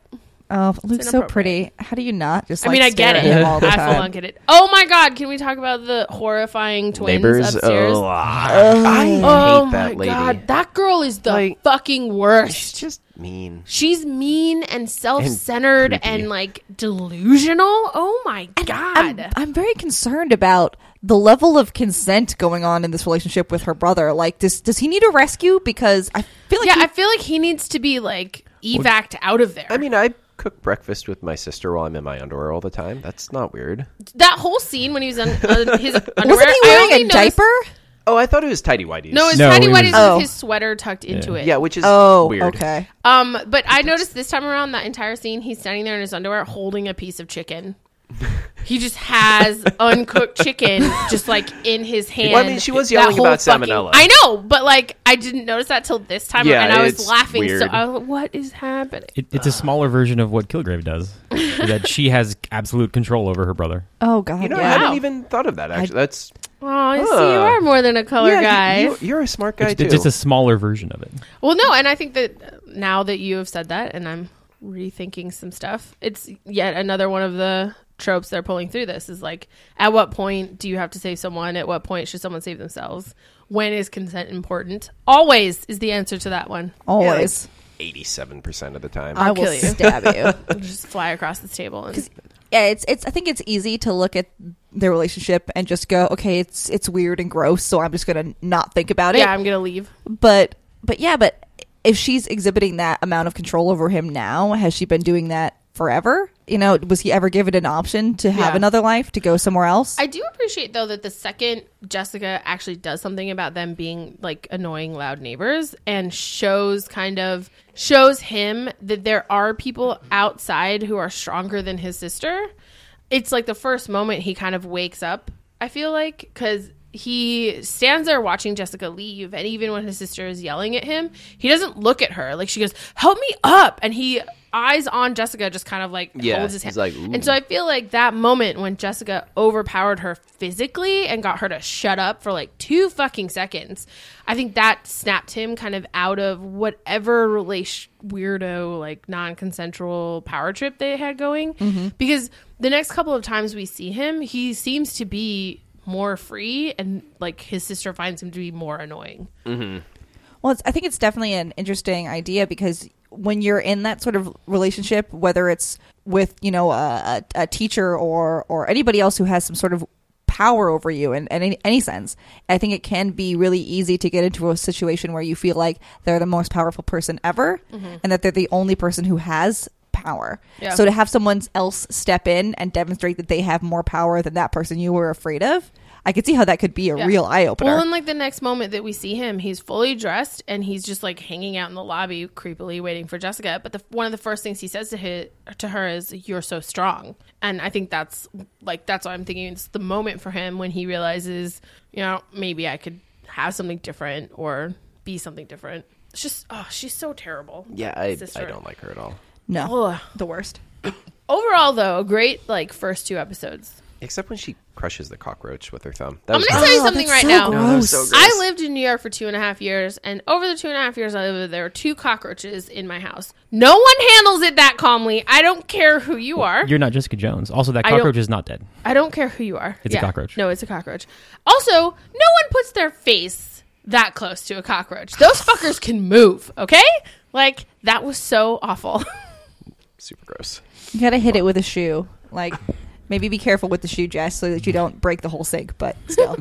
Speaker 4: Oh, Luke's so
Speaker 3: inappropriate.
Speaker 4: pretty. How do you not just?
Speaker 3: I
Speaker 4: Like,
Speaker 3: mean, I
Speaker 4: stare
Speaker 3: get
Speaker 4: at
Speaker 3: it.
Speaker 4: him all the
Speaker 3: I full
Speaker 4: time.
Speaker 3: on get it. Oh my god, can we talk about the horrifying twins
Speaker 2: Neighbors.
Speaker 3: upstairs?
Speaker 2: Oh, I hate
Speaker 3: oh
Speaker 2: that
Speaker 3: my
Speaker 2: lady.
Speaker 3: god, that girl is the
Speaker 2: Like-
Speaker 3: fucking
Speaker 2: She's
Speaker 3: worst.
Speaker 2: just mean.
Speaker 3: She's mean and self-centered and,
Speaker 2: creepy.
Speaker 3: like delusional. Oh my god.
Speaker 4: I'm, I'm very concerned about the level of consent going on in this relationship with her brother. Like, does does he need a rescue? Because I feel like
Speaker 3: yeah,
Speaker 4: he-
Speaker 3: I feel like he needs to be like evac'd out of there.
Speaker 2: I mean, I cook breakfast with my sister while I'm in my underwear all the time. That's not weird.
Speaker 3: that whole scene when he was in uh, his underwear.
Speaker 4: wasn't he
Speaker 3: I
Speaker 4: wearing
Speaker 3: only
Speaker 4: a
Speaker 3: noticed-
Speaker 4: diaper?
Speaker 2: Oh, I thought it was tidy whities.
Speaker 3: No, it's
Speaker 5: No,
Speaker 3: tiny
Speaker 5: it
Speaker 3: whities
Speaker 5: was-
Speaker 4: Oh.
Speaker 3: with his sweater tucked into it.
Speaker 2: yeah, which is
Speaker 4: Oh,
Speaker 2: weird.
Speaker 4: okay.
Speaker 3: Um, but I noticed this time around that entire scene, he's standing there in his underwear holding a piece of chicken. he just has uncooked chicken just like in his hand.
Speaker 2: Well, I mean, she was
Speaker 3: That
Speaker 2: yelling
Speaker 3: whole
Speaker 2: about
Speaker 3: fucking-
Speaker 2: salmonella.
Speaker 3: I know, but like I didn't notice that till this time
Speaker 2: Yeah,
Speaker 3: and I was
Speaker 2: it's
Speaker 3: laughing. So
Speaker 2: weird.
Speaker 3: I was like, what is happening?
Speaker 5: It, it's
Speaker 2: uh,
Speaker 5: a smaller version of what Kilgrave does. is that she has absolute control over her brother.
Speaker 4: Oh god,
Speaker 2: You know, I
Speaker 4: yeah.
Speaker 2: hadn't
Speaker 3: Wow.
Speaker 2: even thought of that. Actually, that's
Speaker 3: Oh, I see you
Speaker 2: Huh.
Speaker 3: are more than a color guy.
Speaker 2: yeah, You, are a smart guy
Speaker 5: It's,
Speaker 2: too.
Speaker 5: it's just a smaller version of it.
Speaker 3: Well, no, and I think that now that you have said that, and I'm rethinking some stuff, it's yet another one of the tropes they're pulling through this is like, at what point do you have to save someone? At what point should someone save themselves? When is consent important? Always is the answer to that one.
Speaker 4: always.
Speaker 2: eighty-seven percent of the time.
Speaker 4: I will
Speaker 3: kill you.
Speaker 4: stab you.
Speaker 3: Just fly across this table. And,
Speaker 4: yeah, it's it's. I think it's easy to look at their relationship and just go, okay, it's it's weird and gross, so I'm just gonna not think about it.
Speaker 3: yeah, I'm going to leave.
Speaker 4: but but yeah, but if she's exhibiting that amount of control over him now, has she been doing that forever? You know, was he ever given an option to have
Speaker 3: Yeah.
Speaker 4: another life to go somewhere else?
Speaker 3: I do appreciate though that the second Jessica actually does something about them being like annoying loud neighbors and shows kind of shows him that there are people outside who are stronger than his sister. It's like the first moment he kind of wakes up, I feel like, cuz he stands there watching Jessica leave and even when his sister is yelling at him, he doesn't look at her. Like she goes, "Help me up." And he eyes on Jessica just kind of like
Speaker 2: Yeah,
Speaker 3: holds his hand.
Speaker 2: he's like, "Ooh."
Speaker 3: and so I feel like that moment when Jessica overpowered her physically and got her to shut up for like two fucking seconds, I think that snapped him kind of out of whatever relation weirdo like non-consensual power trip they had going
Speaker 2: Mm-hmm.
Speaker 3: because the next couple of times we see him, he seems to be more free and like his sister finds him to be more annoying.
Speaker 4: Well, it's, I think it's definitely an interesting idea because when you're in that sort of relationship, whether it's with you know a, a, a teacher or or anybody else who has some sort of power over you in, in any, any sense, I think it can be really easy to get into a situation where you feel like they're the most powerful person ever, and that they're the only person who has power.
Speaker 3: Mm-hmm. Yeah.
Speaker 4: So to have someone else step in and demonstrate that they have more power than that person you were afraid of, I could see how that could be a
Speaker 3: Yeah.
Speaker 4: real eye opener.
Speaker 3: Well, in like the next moment that we see him, he's fully dressed and he's just like hanging out in the lobby, creepily waiting for Jessica. But the, one of the first things he says to her, to her is, "You're so strong," and I think that's like that's what I'm thinking. It's the moment for him when he realizes, you know, maybe I could have something different or be something different. It's just oh, she's so terrible.
Speaker 2: yeah, I, I
Speaker 3: Sister.
Speaker 2: don't like her at all.
Speaker 4: no,
Speaker 3: Ugh.
Speaker 4: the worst.
Speaker 3: Overall, though, a great like first two episodes.
Speaker 2: Except when she crushes the cockroach with her thumb. That
Speaker 3: I'm
Speaker 2: was
Speaker 3: gonna
Speaker 2: gross.
Speaker 3: tell you something
Speaker 4: Oh, that's
Speaker 3: right now.
Speaker 4: so gross.
Speaker 2: No, that was so gross.
Speaker 3: I lived in New York for two and a half years, and over the two and a half years I lived there, there were two cockroaches in my house. No one handles it that calmly. I don't care who you are.
Speaker 5: You're not Jessica Jones. Also, that
Speaker 3: I don't-
Speaker 5: cockroach is not dead.
Speaker 3: I don't care who you are.
Speaker 5: It's a cockroach.
Speaker 3: No, it's a cockroach. Also, no one puts their face that close to a cockroach. Those fuckers can move, okay? Like, that was so awful.
Speaker 2: Super gross.
Speaker 4: You gotta hit it with a shoe. Like, maybe be careful with the shoe, Jess, so that you don't break the whole sink. But still,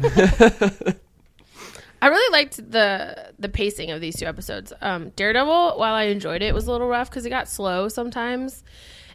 Speaker 3: I really liked the the pacing of these two episodes. Um, Daredevil, while I enjoyed it, was a little rough because it got slow sometimes,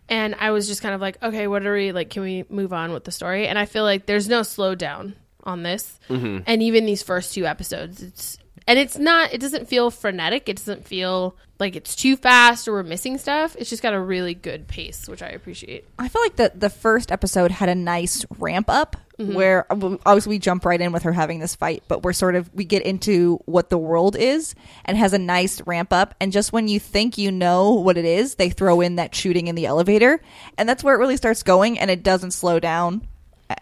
Speaker 3: and I was just kind of like, okay, what are we like? Can we move on with the story? And I feel like there's no slowdown on this,
Speaker 2: Mm-hmm.
Speaker 3: and even these first two episodes, it's and it's not. It doesn't feel frenetic. It doesn't feel like it's too fast or we're missing stuff. It's just got a really good pace, which I appreciate.
Speaker 4: I feel like the the first episode had a nice ramp up
Speaker 2: Mm-hmm.
Speaker 4: where uh, obviously we jump right in with her having this fight, but we're sort of we get into what the world is and has a nice ramp up. And just when you think you know what it is, they throw in that shooting in the elevator, and that's where it really starts going, and it doesn't slow down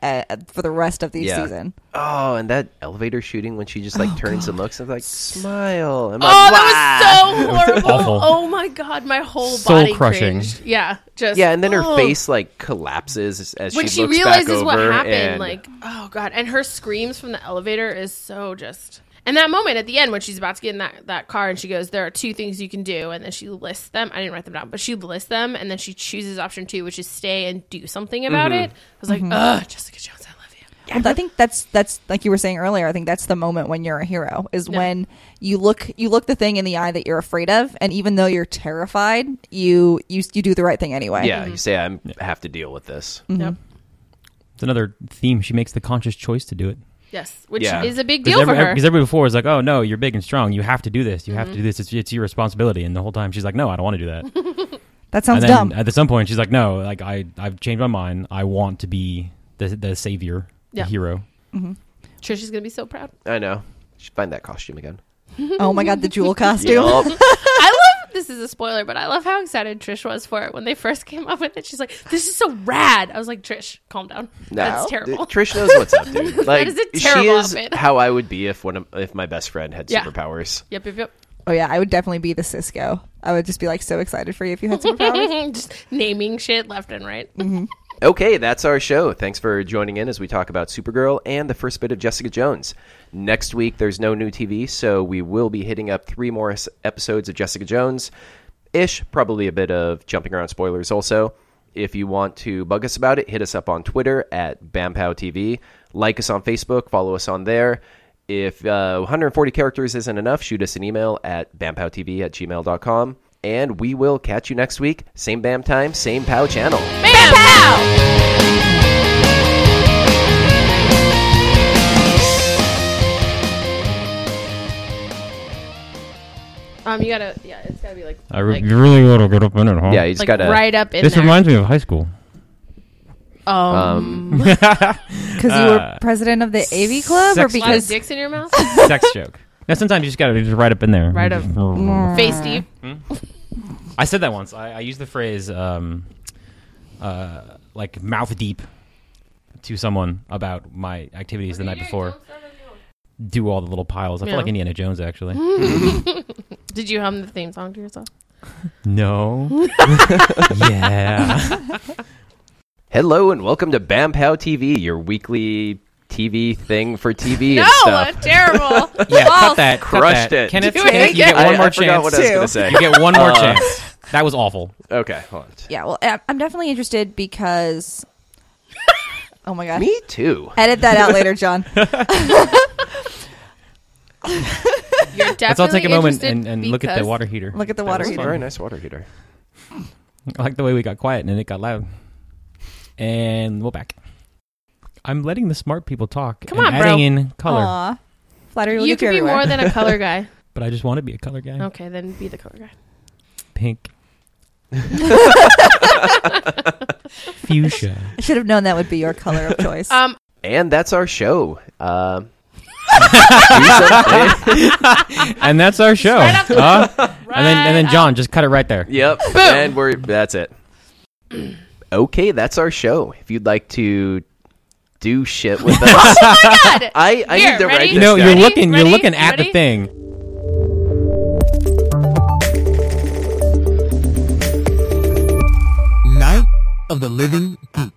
Speaker 4: uh, for the rest of the
Speaker 2: yeah.
Speaker 4: season.
Speaker 2: oh, and that elevator shooting when she just like turns and looks and like smile. And
Speaker 3: Oh, that was so horrible!
Speaker 5: Awful.
Speaker 3: oh my god, my whole
Speaker 5: Soul
Speaker 3: body
Speaker 5: crushing.
Speaker 3: cringed. Yeah, just
Speaker 2: yeah, and then her
Speaker 3: oh.
Speaker 2: face like collapses as, as
Speaker 3: when
Speaker 2: she,
Speaker 3: she,
Speaker 2: looks
Speaker 3: realizes
Speaker 2: back over
Speaker 3: what happened.
Speaker 2: and-
Speaker 3: Like, oh god! And her screams from the elevator is so just. And that moment at the end when she's about to get in that, that car and she goes, There are two things you can do. And then she lists them. I didn't write them down, but she lists them. And then she chooses option two, which is stay and do something about
Speaker 2: Mm-hmm.
Speaker 3: it. I was like, Ugh, Jessica Jones, I love you.
Speaker 4: I think that's that's like you were saying earlier. I think that's the moment when you're a hero is
Speaker 3: Yeah.
Speaker 4: when you look you look the thing in the eye that you're afraid of, and even though you're terrified, you you you do the right thing anyway.
Speaker 2: yeah,
Speaker 3: mm-hmm.
Speaker 2: you say I have to deal with this.
Speaker 3: Yep.
Speaker 5: It's another theme. She makes the conscious choice to do it.
Speaker 3: Yes. Which
Speaker 2: Yeah.
Speaker 3: is a big
Speaker 5: Because
Speaker 3: deal for
Speaker 5: every,
Speaker 3: her. Mm-hmm.
Speaker 5: because everybody before was like, "Oh no, you're big and strong. You have to do this. You have to do this. It's, it's your responsibility." And the whole time she's like, "No, I don't want to do that."
Speaker 4: that
Speaker 5: and
Speaker 4: sounds
Speaker 5: then
Speaker 4: dumb.
Speaker 5: at some point she's like, "No, like I I've changed my mind. I want to be the the savior,
Speaker 3: Yeah.
Speaker 5: the hero."
Speaker 3: Trisha's going to be so proud.
Speaker 2: I know. Should find that costume again.
Speaker 4: oh my god, the jewel costume.
Speaker 2: Yup.
Speaker 3: I love this is a spoiler, but I love how excited Trish was for it when they first came up with it. She's like, "This is so rad." I was like, "Trish, calm down. That's terrible."
Speaker 2: Dude, Trish knows what's up, dude. Like
Speaker 3: is a terrible
Speaker 2: she is
Speaker 3: outfit.
Speaker 2: how I would be if one of, if my best friend had
Speaker 3: Yeah.
Speaker 2: superpowers.
Speaker 3: yep, yep, yep.
Speaker 4: Oh yeah, I would definitely be the Cisco. I would just be like so excited for you if you had superpowers.
Speaker 3: Just naming shit left and right.
Speaker 2: Okay, that's our show. Thanks for joining in as we talk about Supergirl and the first bit of Jessica Jones. Next week, there's no new TV, so we will be hitting up three more s- episodes of Jessica Jones ish, probably a bit of jumping around spoilers also. If you want to bug us about it, hit us up on Twitter at BamPowTV. Like us on Facebook, follow us on there. If uh, 140 characters isn't enough, shoot us an email at bampowtv at gmail.com. And we will catch you next week. Same BAM time, same POW channel.
Speaker 3: Bam, pow! Um, you gotta, yeah, it's gotta be like,
Speaker 5: I re-
Speaker 3: like,
Speaker 5: you really want to get up in it, huh?
Speaker 2: Yeah, you just
Speaker 3: like
Speaker 2: gotta.
Speaker 3: right up in
Speaker 5: This
Speaker 3: there.
Speaker 5: reminds uh, me of high school.
Speaker 3: um,
Speaker 4: Because you
Speaker 5: Uh,
Speaker 4: were president of the AV club, or
Speaker 5: sex-
Speaker 3: a lot of
Speaker 4: because
Speaker 3: dicks in your mouth.
Speaker 5: Sex joke. Now sometimes you just gotta just right up in there.
Speaker 3: Right up.
Speaker 5: Just-
Speaker 3: Face deep.
Speaker 5: I said that once. I, I used the phrase, um, uh, like mouth deep, to someone about my activities the night before. Do all the little piles. I
Speaker 3: Yeah.
Speaker 5: feel like Indiana Jones actually.
Speaker 3: Did you hum the theme song to yourself?
Speaker 5: No. yeah.
Speaker 2: Hello and welcome to BamPow TV, your weekly TV thing for TV
Speaker 3: No,
Speaker 2: and stuff.
Speaker 3: terrible.
Speaker 5: Yeah.
Speaker 3: False.
Speaker 5: Cut that. cut
Speaker 2: Crushed
Speaker 5: that.
Speaker 2: it.
Speaker 5: Kenneth,
Speaker 3: Do it
Speaker 5: Kenneth, you
Speaker 3: again.
Speaker 5: get one
Speaker 2: I-
Speaker 5: more
Speaker 2: I forgot what I
Speaker 5: chance.
Speaker 2: was gonna say. Uh,
Speaker 5: You get one more chance. That was awful.
Speaker 2: Okay, hold on.
Speaker 4: yeah, well, I- I'm definitely interested because. Oh my god,
Speaker 2: Me too.
Speaker 4: edit that out later, John.
Speaker 3: You're definitely
Speaker 5: Let's all take a moment
Speaker 3: interested
Speaker 5: and, and look at the
Speaker 3: because-
Speaker 5: water heater.
Speaker 4: Look at the
Speaker 5: That
Speaker 4: water
Speaker 5: was
Speaker 4: heater.
Speaker 5: fun.
Speaker 2: Very nice water heater.
Speaker 5: I like the way we got quiet and then it got loud. And we're back. I'm letting the smart people talk.
Speaker 3: Come
Speaker 5: and
Speaker 3: on, bro.
Speaker 5: adding in color.
Speaker 4: Aw, flattery will
Speaker 3: You
Speaker 4: get you
Speaker 3: could be
Speaker 4: everywhere.
Speaker 3: more than a color guy.
Speaker 5: But I just want to be a color guy.
Speaker 3: Okay, then be the color guy.
Speaker 5: Pink. Fuchsia.
Speaker 4: I should have known that would be your color of choice.
Speaker 3: Um,
Speaker 2: And that's our show. Um,
Speaker 5: And that's our show.
Speaker 3: right off the-
Speaker 5: Huh?
Speaker 3: right
Speaker 5: and then and then
Speaker 3: up.
Speaker 5: John, just cut it right there.
Speaker 2: yep. And we're that's it. Okay, that's our show. If you'd like to do shit with us,
Speaker 3: God.
Speaker 2: I, I
Speaker 3: Here,
Speaker 2: need to
Speaker 3: ready?
Speaker 2: write
Speaker 5: You
Speaker 2: this
Speaker 5: know,
Speaker 2: down.
Speaker 5: you're looking
Speaker 3: Ready?
Speaker 5: you're looking at
Speaker 3: Ready?
Speaker 5: the thing.
Speaker 1: Night of the Living Geek.